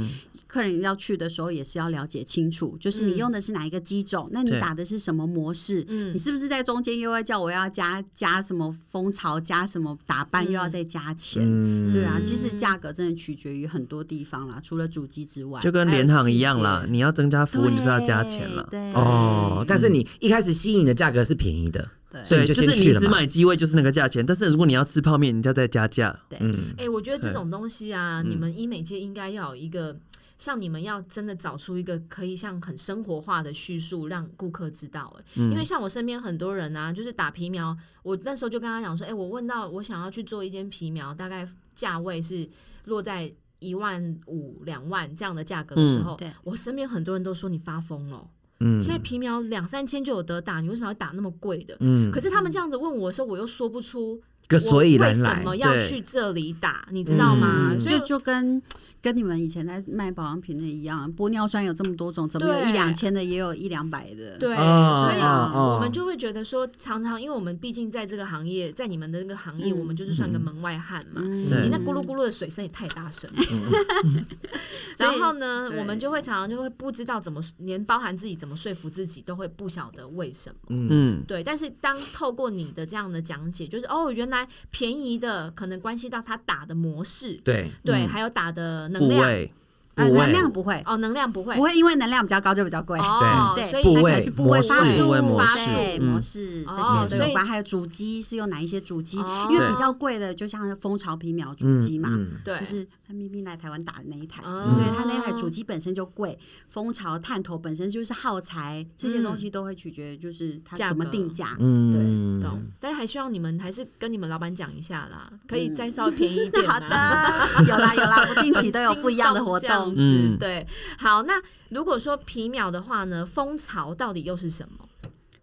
E: 客人要去的时候也是要了解清楚，就是你
C: 嗯
E: 用的是哪一个机种，那你
B: 对
E: 打的是什么模式，
C: 嗯
E: 你是不是在中间又要叫我要加加什么蜂巢，加什么打
C: 嗯
E: 扮，又要再加钱？
D: 嗯，
E: 对啊，
C: 嗯
E: 其实价格真的取决于很多地方啦，除了主机之外，
B: 就跟联行一样啦，你要增加服务，你就是要加钱了。
E: 对
D: 哦，但
B: 嗯
D: 是你一开始吸引的价格是便宜的，
E: 对
D: 所以
B: 对，就
D: 你先
B: 是
D: 去
B: 你
D: 了
B: 只
D: 嘛。
B: 买机位就是那个价钱，但是如果你要吃泡面，你就要再加价。
D: 嗯，
C: 哎、我觉得这种东西啊，你们医美界应该要有一个，像你们要真的找出一个可以像很生活化的叙述，让顾客知道、哎、因为
D: 嗯
C: 像我身边很多人啊，就是打皮苗，我那时候就跟他讲说，哎、我问到我想要去做一间皮苗，大概价位是落在。一万五、两万这样的价格的时候，
E: 对
C: 我身边很多人都说你发疯了。
D: 嗯
C: 现在皮苗两三千就有得打，你为什么要打那么贵的？
D: 嗯
C: 可是他们这样子问我的时候，我又说不出
D: 个
C: 我
D: 所以然
C: 为什
D: 来，
C: 么要
B: 对
C: 去这里打，你知道吗？
D: 嗯
C: 所以
E: 就就跟跟你们以前在卖保养品的一样，玻尿酸有这么多种，怎么有
C: 对
E: 一两千的，也有一两百的？
C: 对，
D: 哦
C: 所以
E: 哦
D: 哦
C: 我们就会觉得说，常常因为我们毕竟在这个行业，在你们的那个行业，
E: 嗯
C: 我们就是算个门外汉嘛。
E: 嗯，
B: 对
C: 你那咕噜咕噜的水声也太大声了，
D: 嗯
C: [laughs]
E: 所
C: 然
E: 以
C: 后呢，
E: 对
C: 我们就会常常就会不知道怎么，连包含自己怎么说服自己都会不晓得为什么。
B: 嗯，
C: 对，但是当透过你的这样的讲解，就是哦，原来便宜的可能关系到他打的模式，
D: 对，
C: 对，
B: 嗯
C: 还有打的能
B: 部
C: 量，
B: 位，
E: 呃，
D: 部位
E: 能量不会，
C: 哦，能量不会
E: 不，会因为能量比较高就比较贵。
C: 哦，
E: 对
C: 所以
D: 部
E: 它可
D: 位
E: 能是部位
D: 模式
E: 发
B: 部位模
E: 发
B: 式
E: 对
B: 嗯
E: 模式嗯这
C: 哦
E: 些都
C: 所以
E: 有关，还有主机是用哪一些主机
C: 哦？
E: 因为比较贵的，就像是蜂巢皮秒主机嘛，
D: 嗯
C: 对，
E: 就是范冰冰来台湾打的那一台，
C: 嗯
E: 对，它那台主机本身就贵，蜂巢探头本身就是耗材，这些东西都会取决于就是它
C: 价
E: 怎么
C: 格
E: 定价。
D: 嗯，
C: 懂，但是还希望你们还是跟你们老板讲一下啦，可以再稍微便宜一点、啊。[laughs]
E: 好 [laughs] 的，有啦有啦，不定期都有不一样的活
C: 很心动。
E: 动
C: 这样子
B: 嗯
C: 对。好，那如果说皮秒的话呢，蜂巢到底又是什么？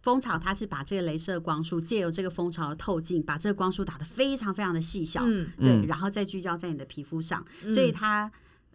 E: 蜂巢它是把这个镭射光束借由这个蜂巢的透镜，把这个光束打得非常非常的细小，
C: 嗯，
E: 对，然后再聚焦在你的皮肤上，所以它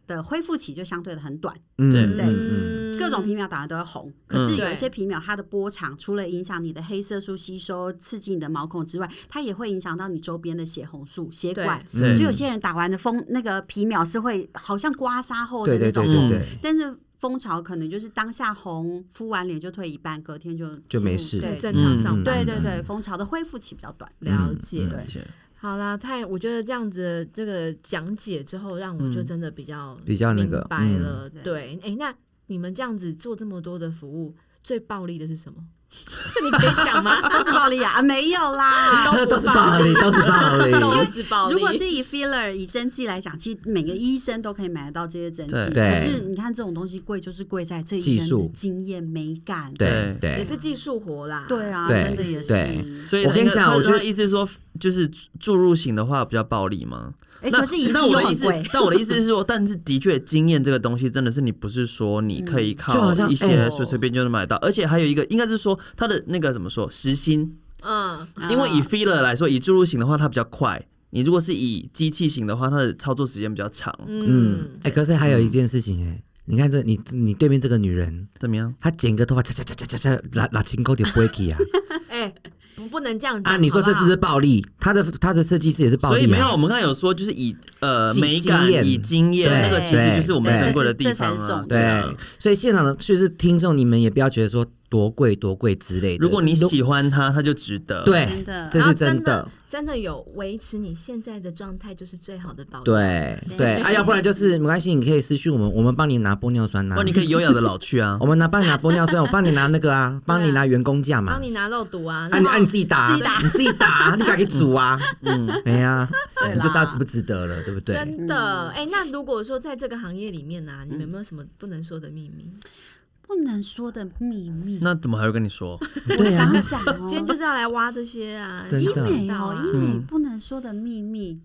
E: 的恢复期就相对的很短。
D: 嗯
B: 对
D: 嗯嗯
E: 各种皮秒打完都会红，可是有一些皮秒它的波长除了影响你的黑色素吸收、刺激你的毛孔之外，它也会影响到你周边的血红素、血管。
B: 对
C: 对
E: 所以
D: 嗯
E: 有些人打完的风那个皮秒是会好像刮痧后的
D: 对对
E: 那种
D: 对
E: 红，
D: 对
B: 嗯
D: 对，
E: 但是蜂巢可能就是当下红，敷完脸就退一半，隔天就
D: 就没事
E: 对
C: 正常上
D: 嗯
C: 班
E: 对
C: 的。
E: 对对，蜂巢的恢复期比较短。 [laughs]
C: 了解。
D: 嗯嗯
B: 了解
C: 好啦，太，我觉得这样子这个讲解之后，让我就真的比较
D: 嗯比较那个
C: 明白
D: 嗯
C: 了。对，哎，那你们这样子做这么多的服务，最暴力的是什么？ [laughs] 这你可以讲吗？
E: 都是暴力啊？啊没有啦。
C: 都
D: [laughs] 都是
C: [laughs]
D: 暴力， [laughs] 都是暴
C: 都
D: 力，
C: 是暴力。
E: 如果是以 filler 以针剂来讲，其实每个医生都可以买得到这些针剂。
B: 对
D: 对
E: 可是你看这种东西贵，就是贵在这一
D: 技
E: 生的
D: 术
E: 经验美感。
D: 对
B: 对
D: 对
C: 也，是技术活啦。
E: 对啊，
D: 对
E: 真的也是。
D: 对
B: 所以
D: 我跟你讲
B: 他
D: 我觉得
B: 他的意思是说，就是注入型的话比较暴力吗？
E: 哎，
B: 那
E: 可是仪器
B: 那
E: 又
B: 我的意
E: 很
B: 思
E: 贵，。
B: 但我的意思是
E: [laughs]
B: 说，但是的确，经验这个东西真的是你不是说你可
E: 嗯
B: 以
D: 就
B: 靠
D: 好像
B: 一
D: 哎
B: 些随随便就能买到，而且还有一个应该是说它的那个怎么说时薪，
C: 嗯，
B: 因为以 filler 来说，以注入型的话它比较快，你如果是以机器型的话，它的操作时间比较长，
D: 嗯
C: 嗯，，
D: 哎，可是还有一件事
B: 嗯
D: 情哎。你看这你你对面这个女人，
B: 怎么样？
D: 她剪个头发，嚓嚓嚓嚓嚓嚓，拉拉青沟点不会
C: [laughs]
D: 给啊！
C: 哎，不不能这样讲。
D: 啊，你说
C: 好不
D: 这
C: 好
D: 是不是暴力？她的她的设计师也是暴
B: 所以
D: 力
B: 你看，
D: 啊
B: 我！们刚才有说，就是以呃
D: 经
B: 美感
D: 经验
B: 以经验，那
D: 对
B: 个其实就是我们
D: 对
B: 珍贵的
E: 这
B: 地
E: 是
B: 方
E: 这才是
B: 啊
E: 重。
B: 对
D: 对
B: 啊，
D: 所以现场的就是听众，你们也不要觉得说多贵多贵之类的。
B: 如果你喜欢它，它就值得。
D: 对
E: 真，的
D: 这
C: 然后
D: 是
C: 真
D: 真
C: 的
D: 的，
C: 真的有维持你现在的状态，就是最好的保养。
D: 对
E: 对
D: 对啊，要不然就是没关系，你可以私讯我们，我们帮你拿玻尿酸呐、啊
B: 哇，你可以优雅的老去啊
D: [laughs] 我。们拿帮你拿玻尿
E: [laughs]
D: 酸，我帮你拿那个啊，帮你拿员工价嘛
C: 帮。你拿肉毒啊，
D: 啊，你啊
C: 然后
D: 你自己打，
E: 自己打
D: 你自己
E: [laughs]
D: 打，你敢给煮啊？嗯，哎呀，
E: 对啦
D: 你就知道值不值得了，对不对？
C: 真的哎，那如果说在这个行业里面啊呢，你们有没有什么不能说的秘密？
E: 不能说的秘密。
B: 那怎么还会跟你
E: [laughs]
B: 说？
E: 我
D: 对啊
E: 想，想哦，
C: 今天就是要来挖这些啊，
D: 真
E: 医
B: 嗯
D: 的
E: 美哦，医
C: 医
E: 美不能说的秘密。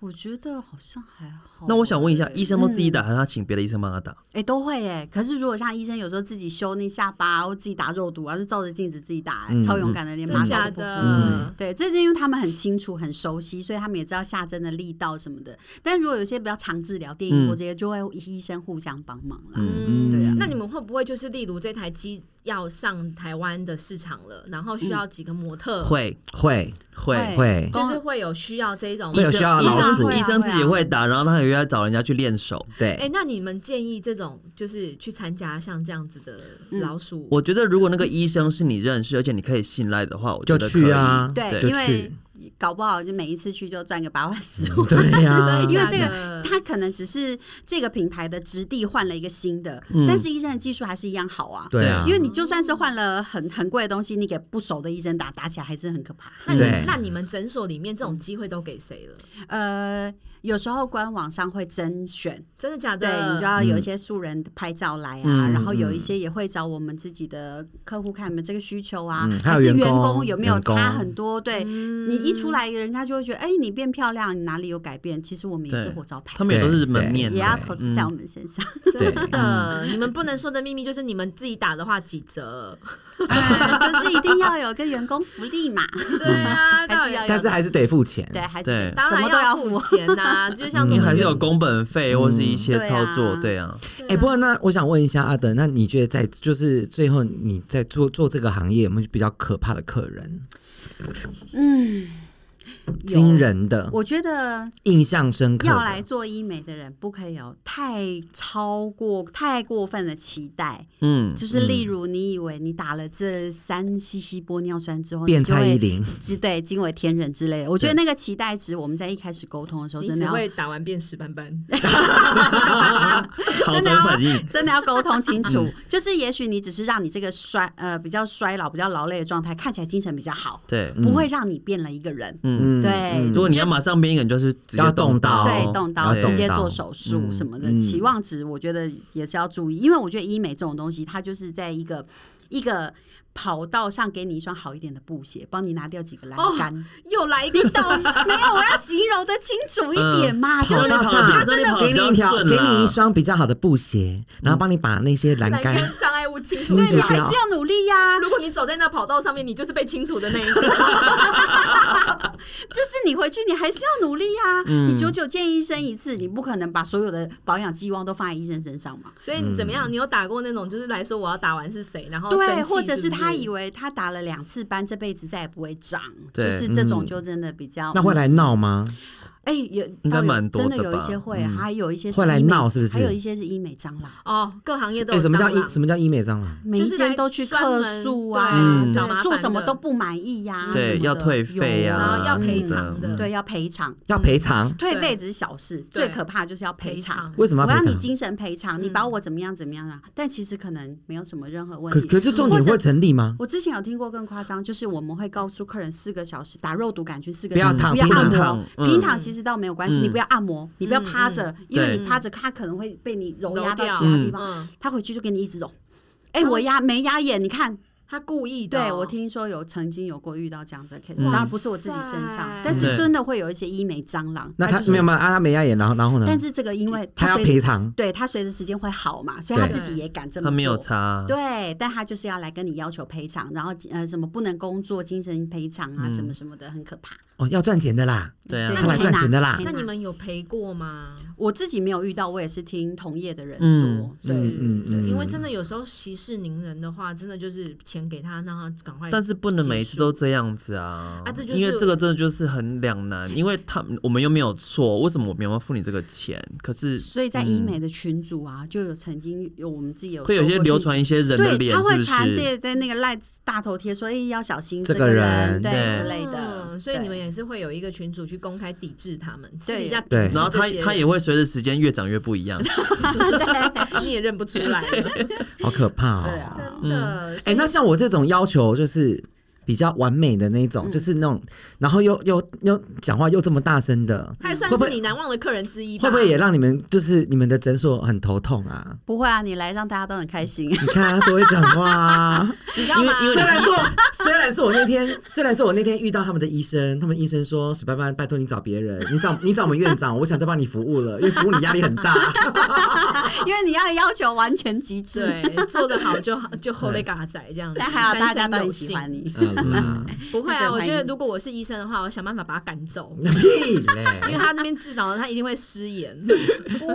E: 我觉得好像还好。
B: 那我想问一下，
E: 欸
B: 医生都自己打，还是他请别的医生帮他打？
E: 哎、都会哎、可是如果像医生有时候自己修那下巴，或自己打肉毒啊，就照着镜子自己打、
D: 嗯
E: 超勇敢的，连
C: 真
E: 麻
C: 假
E: 药都不
C: 的
E: 服。？对，这是因为他们很清楚、很熟悉，所以他们也知道下针的力道什么的。但如果有一些比较长治疗、电
B: 嗯
E: 音波这些，就会医生互相帮忙啦。
C: 嗯，
E: 对啊
C: 那你们会不会就是，例如这台机要上台湾的市场了，然后需要几个模
E: 呃
C: 特，
B: 会
D: 会
B: 会。
E: 哎
D: 会
C: 就是会有需要这种
D: 会有需要
B: 医
D: 老鼠
B: 生医生
E: 会啊
B: 自己会打，然后他也要找人家去练手。
D: 对
C: 哎、，那你们建议这种就是去参加像这样子的老鼠，
B: 我觉得如果那个医生是你认识，而且你可以信赖的话，我觉
D: 就
B: 得可以
D: 去啊，
E: 对，
D: 就
E: 因为
D: 去，嗯
E: 搞不好就每一次去就赚个八万十万。
D: 对啊呀，
E: 因为这个
C: 个
E: 他可能只是这个品牌的质地换了一个新的，但是医生的技术还是一样好啊。
D: 嗯对啊，
E: 因为你就算是换了很很贵的东西，你给不熟的医生打，打起来还是很可怕。
C: 那你
D: 对
C: 那你们诊所里面这种机会都给谁了？
E: 呃，有时候官网上会甄选，
C: 真的假
E: 对
C: 的？
E: 你就要
D: 嗯
E: 有一些素人拍照来啊，
B: 嗯
E: 然后有一些也会找我们自己的客户看你们这个需求啊，
D: 嗯还有
E: 还是
D: 员工
E: 工有没有
D: 员工
E: 差很多？对、
C: 嗯
E: 你一出来，人家就会觉得，哎、你变漂亮，你哪里有改变？其实我们也是
B: 对
E: 活招牌
B: 他。们也都是
D: 对
B: 门面
E: 也要
B: 的。嗯
E: 投资在
D: 嗯
E: 我们身上， [laughs]
C: 真的，你们不能说的秘密就是你们自己打的话几折？
E: 嗯就是一定要有个员工福利嘛。
C: 对啊，
E: 还是要有
D: 但是还是得付钱，
E: 对，还是
B: 对
E: 得
C: 当
E: 什
C: 然
E: 么都要
C: 付
E: 付。
C: 钱呐、就像
B: 你
C: 那个
B: 还是有工本费或是一些
E: 嗯
B: 操作，对
E: 对
B: 啊，
C: 对啊
D: 哎、不
E: 嗯
D: 过那我想问一下阿德，那你觉得在就是最后你在做做这个行业有没有比较可怕的客人，
E: 嗯，有
D: 惊。人的，
E: 我觉得
D: 印象深刻的？
E: 要来做医美的人，不可以有太超过、太过分的期待。
B: 嗯，
E: 就是例如，你以为你打了这三 cc 玻尿酸之后，
D: 变
E: 你就会
D: 蔡依林，
E: 之对惊为天人之类的。我觉得那个期待值，我们在一开始沟通的时候，
C: 你
E: 真的
C: 只
E: 要 [laughs]
C: 会打完变石斑斑，
B: 好转反应，
E: [laughs] 真的要沟通清
D: 嗯
E: 楚。 [laughs] 就是也许你只是让你这个衰呃比较衰老、比较劳累的状态看起来精神比较好，
B: 对，
E: 不会让你变了一个人。
D: 嗯，
E: 对
B: 如果你要马上变一个人，就是直接
D: 要动刀
B: 刀，
E: 对，动刀
D: 哦要动
E: 直接
D: 刀
E: 做手术
B: 嗯
E: 什么的，
D: 嗯
E: 期望值我觉得也是要注意，因为我觉得医美这种东西，它就是在一个一个跑道上给你一双好一点的布鞋，帮你拿掉几个栏
C: 哦
E: 杆。
C: 又来一
E: 你
C: 个
E: 懂没有？我要形容的清楚一点嘛，就
B: 跑
E: 是
B: 道上
E: 它
B: 嗯那
E: 真
B: 你跑
E: 的
B: 得比
D: 给你
B: 较
D: 一条，
B: 顺
D: 给
B: 啦
D: 你一双比较好的布鞋，
E: 嗯
D: 然后帮你把那些栏
C: 栏
D: 杆
C: 杆障碍物清除
D: 清
E: 对
D: 除
E: 你
C: 掉。
E: 还
D: 掉
E: 是。要努力呀、
C: 如果你走在那跑道上面，你就是被清除的那一
D: [laughs]
C: 个。
E: 就是你回去你还是要努力呀、
B: 嗯
E: 你久久见医生一次，你不可能把所有的保养寄望都放在医生身上嘛。
C: 所以你怎么
D: 嗯
C: 样？你有打过那种就是来说我要打完是谁，然后
E: 对，
C: 生气
E: 或者是他
C: 不
E: 以为他打了两次斑，这辈子再也不会长，
B: 对
E: 就是这种
D: 嗯
E: 就真的比较。
D: 那会来闹吗？
E: 哎，有
B: 应该
E: 倒有
B: 蛮多
E: 真
B: 的
E: 的有一
B: 吧嗯
E: 些会，还有一些
D: 会来
E: 医美
D: 闹是不是
E: 还有一些是医美蟑螂，
C: 哦，各行业都
D: 哎
C: 有
D: 什么叫
C: 蟑螂
D: 医什么叫医美蟑螂？
E: 每
C: 就
E: 一
C: 是来
E: 间都去
C: 专门
E: 客诉
C: 对
E: 啊
B: 嗯，
C: 找麻
E: 对
C: 烦
E: 做什么
C: 的
E: 都不满意呀，
C: 对
E: 什么
B: 对，
E: 的
B: 要退费
E: 有
C: 然后
B: 啊，
C: 要赔
B: 嗯
C: 偿的
E: 对，要赔偿。
D: 要赔偿？
E: 退费只是小事，
C: 对
E: 最可怕就是要赔
C: 赔
E: 偿。
C: 偿。嗯
D: 为什么
E: 我
D: 要
E: 要
D: 赔
E: 你
D: 偿？
E: 精神赔偿，你把我怎么样怎么样啊？但其实可能没有什么任何问
D: 可
E: 题。
D: 可是重点
E: 或者
D: 会成立吗？
E: 我之前有听过更夸张，就是我们会告诉客人四个小时打肉毒杆菌四个
D: 不要
E: 小时
D: 躺
E: 不要
D: 平
E: 按
B: 躺
E: 摩，
B: 嗯
E: 平躺其实倒没有关系，
B: 嗯
E: 你不要按摩，你不要趴着，因为你趴着它可能会被你揉压到
C: 嗯揉掉
E: 其他地方，
C: 嗯，
E: 他回去就给你一直揉。哎，我压没压眼？你看，
C: 他故意的哦。
E: 对我听说有曾经有过遇到这样子的 case，
B: 嗯
E: 当然不是我自己身上
C: 哇塞，
E: 但是真的会有一些医美蟑螂，
D: 那他
E: 就是
D: 没有没有啊，他没压眼，然后然后呢？
E: 但是这个因为
D: 他要
E: 随
D: 赔偿，
E: 对他随着时间会好嘛，所以他
D: 对
E: 自己也敢这么
B: 他没有
E: 做
B: 差，啊
E: 对，但他就是要来跟你要求赔偿，然后呃什么不能工作、精神赔偿啊，什么什么的，很可怕。
D: 哦，要赚钱的啦，
B: 嗯对
E: 对
B: 啊
D: 他，来赚钱的啦
E: 天。
C: 那
E: 哪
C: 你们有赔过吗？
D: 嗯
E: 我自己没有遇到，我也是听同业的人
B: 嗯
E: 说，
C: 是
E: 对，
D: 嗯嗯
C: 因为真的有时候息事宁人的话，真的就是钱给他，让他赶快。
B: 但是不能每一次都这样子啊，
C: 啊这就是
B: 因为这个真的就是很两难，因为他我们又没有错，为什么我们要付你这个钱？可是
E: 所以在医美的群组啊，就有曾经有我们自己有
B: 嗯会有
E: 收
B: 些
E: 过
B: 流
E: 讯息
B: 传一些人的
E: 对，
B: 脸，
E: 他
B: 是
E: 会
B: 不
E: 传
B: 是？
E: 递在那个赖大头贴说，哎，要小心
D: 这
E: 这
D: 个
E: 个人，
D: 人
E: 对
B: 对
E: 之类的。
C: 嗯所以你们
E: 啊对
C: 也是会有一个群主去公开抵制他们，
E: 对
C: 试一下抵
D: 对
C: 制
B: 然后他
C: 这些
B: 他也会随着时间越长越不一样，
E: 啊
C: 你也认不
E: [laughs]
C: 出来了，
D: 好可怕
E: 对
D: 哦。
E: 啊，
C: 真的。
D: 哎哎，那像我这种要求就是比较完美的那
C: 嗯
D: 种，就是那种，然后又又又讲话又这么大声的，
C: 他也算
D: 会不
C: 是
D: 会
C: 你难忘的客人之一吧？
D: 会不会也让你们就是你们的诊所很头痛啊？
E: 不会啊，你来让大家都很
B: [laughs]
E: 开心。
D: 你看他多会讲
C: [laughs]
D: 话啊！
C: 你知道吗？
D: 虽然说，虽然说我那天，虽然说我那天遇到他们的医生，他们医生说史班班，拜托你找别人，你找你找我们院长，我不想再帮你服务了，因为服务你压
C: [laughs]
D: 力很大。
E: 因为你要要求完全极致，
C: 对，做得好就好，
D: [laughs]
C: 就后来嘎仔这样子。
E: 但还好大家
C: 三
E: 都
C: 生有
E: 很喜
C: 幸
E: 欢你。
D: 嗯
C: [laughs]
D: 啦，
C: 不会
E: 这
C: 啊，
E: 种
C: 我
E: 反
C: 觉得
E: 应
C: 如果我是医生的话，我想办法把他赶走，
D: 屁
C: 因为
D: 嘞！
C: 他那边至少他一定会失言。
E: [laughs] 不会，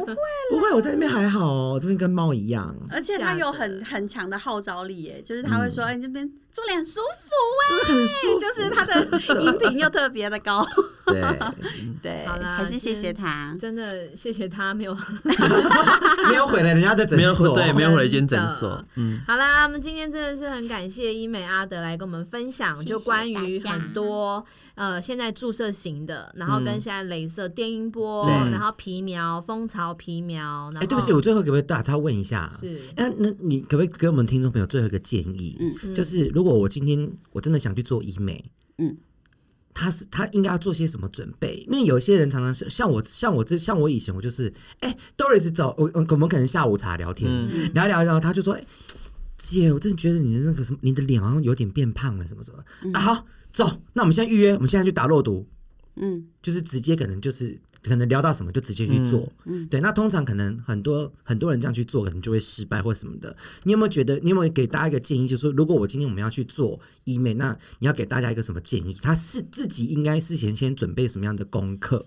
D: 不会，我在那边还好哦，我这边跟猫一
C: [laughs]
D: 样。
E: 而且他有很很强的号召力耶，就是他会说：“哎，你这边坐脸舒
D: 真的
E: 服
D: 嗯很
E: 哎。”就是他的音频又特别的
D: [laughs]
E: 高，
D: 对，嗯
E: 对，
C: 好啦
E: 还是谢谢他。
C: 真的谢谢他没有
D: 没有毁了人家的诊
B: 没有
D: 所，
B: 对，没有回了一间
C: [laughs] 真
B: 诊
C: 的
B: 所，嗯，
C: 好啦，我们今天真的是很感谢医美阿德来跟我们分享，
E: 谢谢
C: 就关于
E: 大家
C: 很多呃现在注射型的，然后跟现在镭射、电音波，
D: 嗯对
C: 然后皮苗、蜂巢皮苗，然后
D: 哎，对不起，我最后可不可以打岔问一下？
C: 是
D: 那那你可不可以给我们听众朋友最后一个建议？嗯，就是如果我今天我真的想去做医美，
E: 嗯，
D: 他是他应该要做些什么准备？因为有些人常常是像我，像我这像我以前我就是，哎、d o r i s 走，我我们可能下午茶聊天，聊一聊然后他就说，哎、姐，我真的觉得你的那个什么，你的脸好像有点变胖了，什么什么、啊？好，走，那我们现在预约，我们现在去打肉毒，
E: 嗯，
D: 就是直接可能就是可能聊到什么就直接去做，
E: 嗯
D: 对。那通常可能很多很多人这样去做，可能就会失败或什么的。你有没有觉得？你有没有给大家一个建议？就是说，如果我今天我们要去做医美，那你要给大家一个什么建议？他是自己应该事前先准备什么样的功课？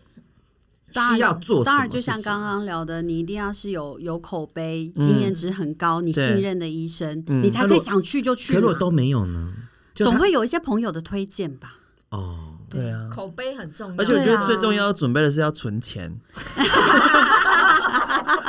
E: 当然
D: 需要做什么事情？
E: 当然，就像刚刚聊的，你一定要是有有口碑、经验值很高、你信
B: 对
E: 任的医生，
B: 嗯
E: 你
D: 嗯
E: 才
D: 可
E: 可以
D: 如果
E: 想去就去
D: 可如果
E: 嘛。
D: 都没有呢？就
E: 总
D: 他
E: 会有一些朋友的推荐
D: [laughs]
E: 吧。
D: 哦，
B: 对啊。
C: 口碑很重要，
B: 而且我觉
E: 对
B: 得
E: 啊
B: 最重要要准备的是要存钱，
C: 对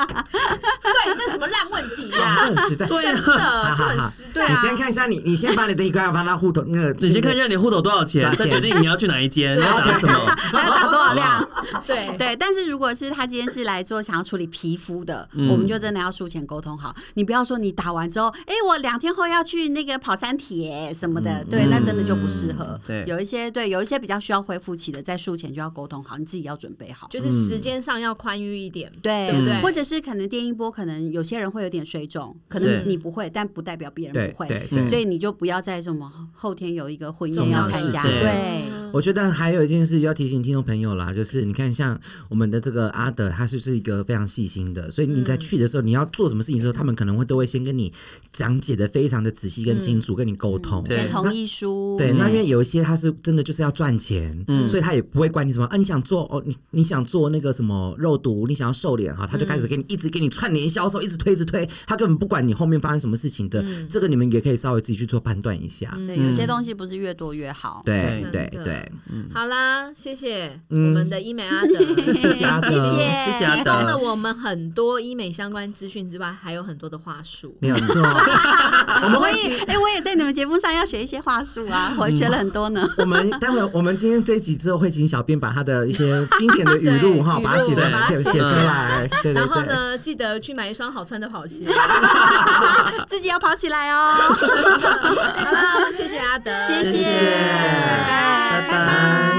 C: 啊那什么烂问题
D: 哇
B: [laughs]
C: 呀、
D: 哦这很实 [laughs] 在，
B: 对啊
C: 真的就
D: 哈哈
C: 很
D: 哈
C: 实在
D: 你
C: 啊。
D: 先看一下你，你先把你的一个放到户头那个，
B: 你先看一下你户头多少钱，
D: 多少
B: 再
D: 钱
B: 决定你要去哪一间，要打什么。
E: 还要打多少量？
C: 对
E: 对，但是如果是他今天是来做想要处理皮肤的，我们就真的要术前沟通好。你不要说你打完之后，哎，我两天后要去那个跑山铁什么的，对，那真的就不适合。
B: 对
E: 有一些对，有一些比较需要恢复期的，在术前就要沟通好，你自己要准备好。
C: 就是
B: 嗯
C: 时间上要宽裕一点，
E: 对，
C: 对不对
E: 或者是可能电音波，可能有些人会有点水肿，可
B: 对
E: 能你不会，但不代表别人
D: 对
E: 不会，
D: 对
B: 嗯
D: 对，
E: 所以你就不要在什么后天有一个婚
D: 重
E: 宴
D: 要
E: 要
D: 的
E: 参
D: 事
E: 加，
B: 情
E: 对，
C: 嗯
D: 我觉得还有一件事要提醒听众朋友啦，就是你看像我们的这个阿德，他就是一个非常细心的，所以你在去的时候，你要做什么事情的
B: 嗯
D: 时候，他们可能会都会先跟你讲解的非常的仔细跟清
B: 嗯
D: 楚，跟你沟通。
B: 对
E: 签同意
C: 嗯
E: 书，
D: 对，那因为有一些他是真的就是要赚钱，所以他也不会管你什么啊，你想做哦，你你想做那个什么肉毒，你想要瘦脸哈，他就开
C: 嗯
D: 始给你一直给你串联销售，一直推一直推，他根本不管你后面发生什么事情的，
C: 嗯
D: 这个你们也可以稍微自己去做判断一下。
E: 对，有些东西不是越多越好。
D: 对对
C: 真的
D: 对，
B: 嗯
C: 好啦，谢谢我们的医美阿
B: [laughs]
C: 德，
B: 啊
D: 谢谢阿德，
B: 谢谢啊阿
E: 哎
C: 提
E: [laughs]
C: 供了
B: 德，
C: 我们很多医美相关资讯之外，还有很多的话术。
D: 没有错。我们
E: 我
D: 会
E: 也
D: 请
E: 哎、我也在你们节目上要学一些话术啊，我学了很多呢。
D: 我们待会儿我们今天这一集之后会请小编把他的一些经典的语录哈，
C: [laughs] 对
D: 把它写
C: 语录把它
D: 写
C: 写
D: 写出来。对对
C: 然后
D: 对，
C: 呢，记得去买一双好穿的跑鞋。
E: 自己要跑起来哦。
C: 好啦，谢谢阿德，
E: 谢谢，
B: 谢
E: 拜拜，拜拜。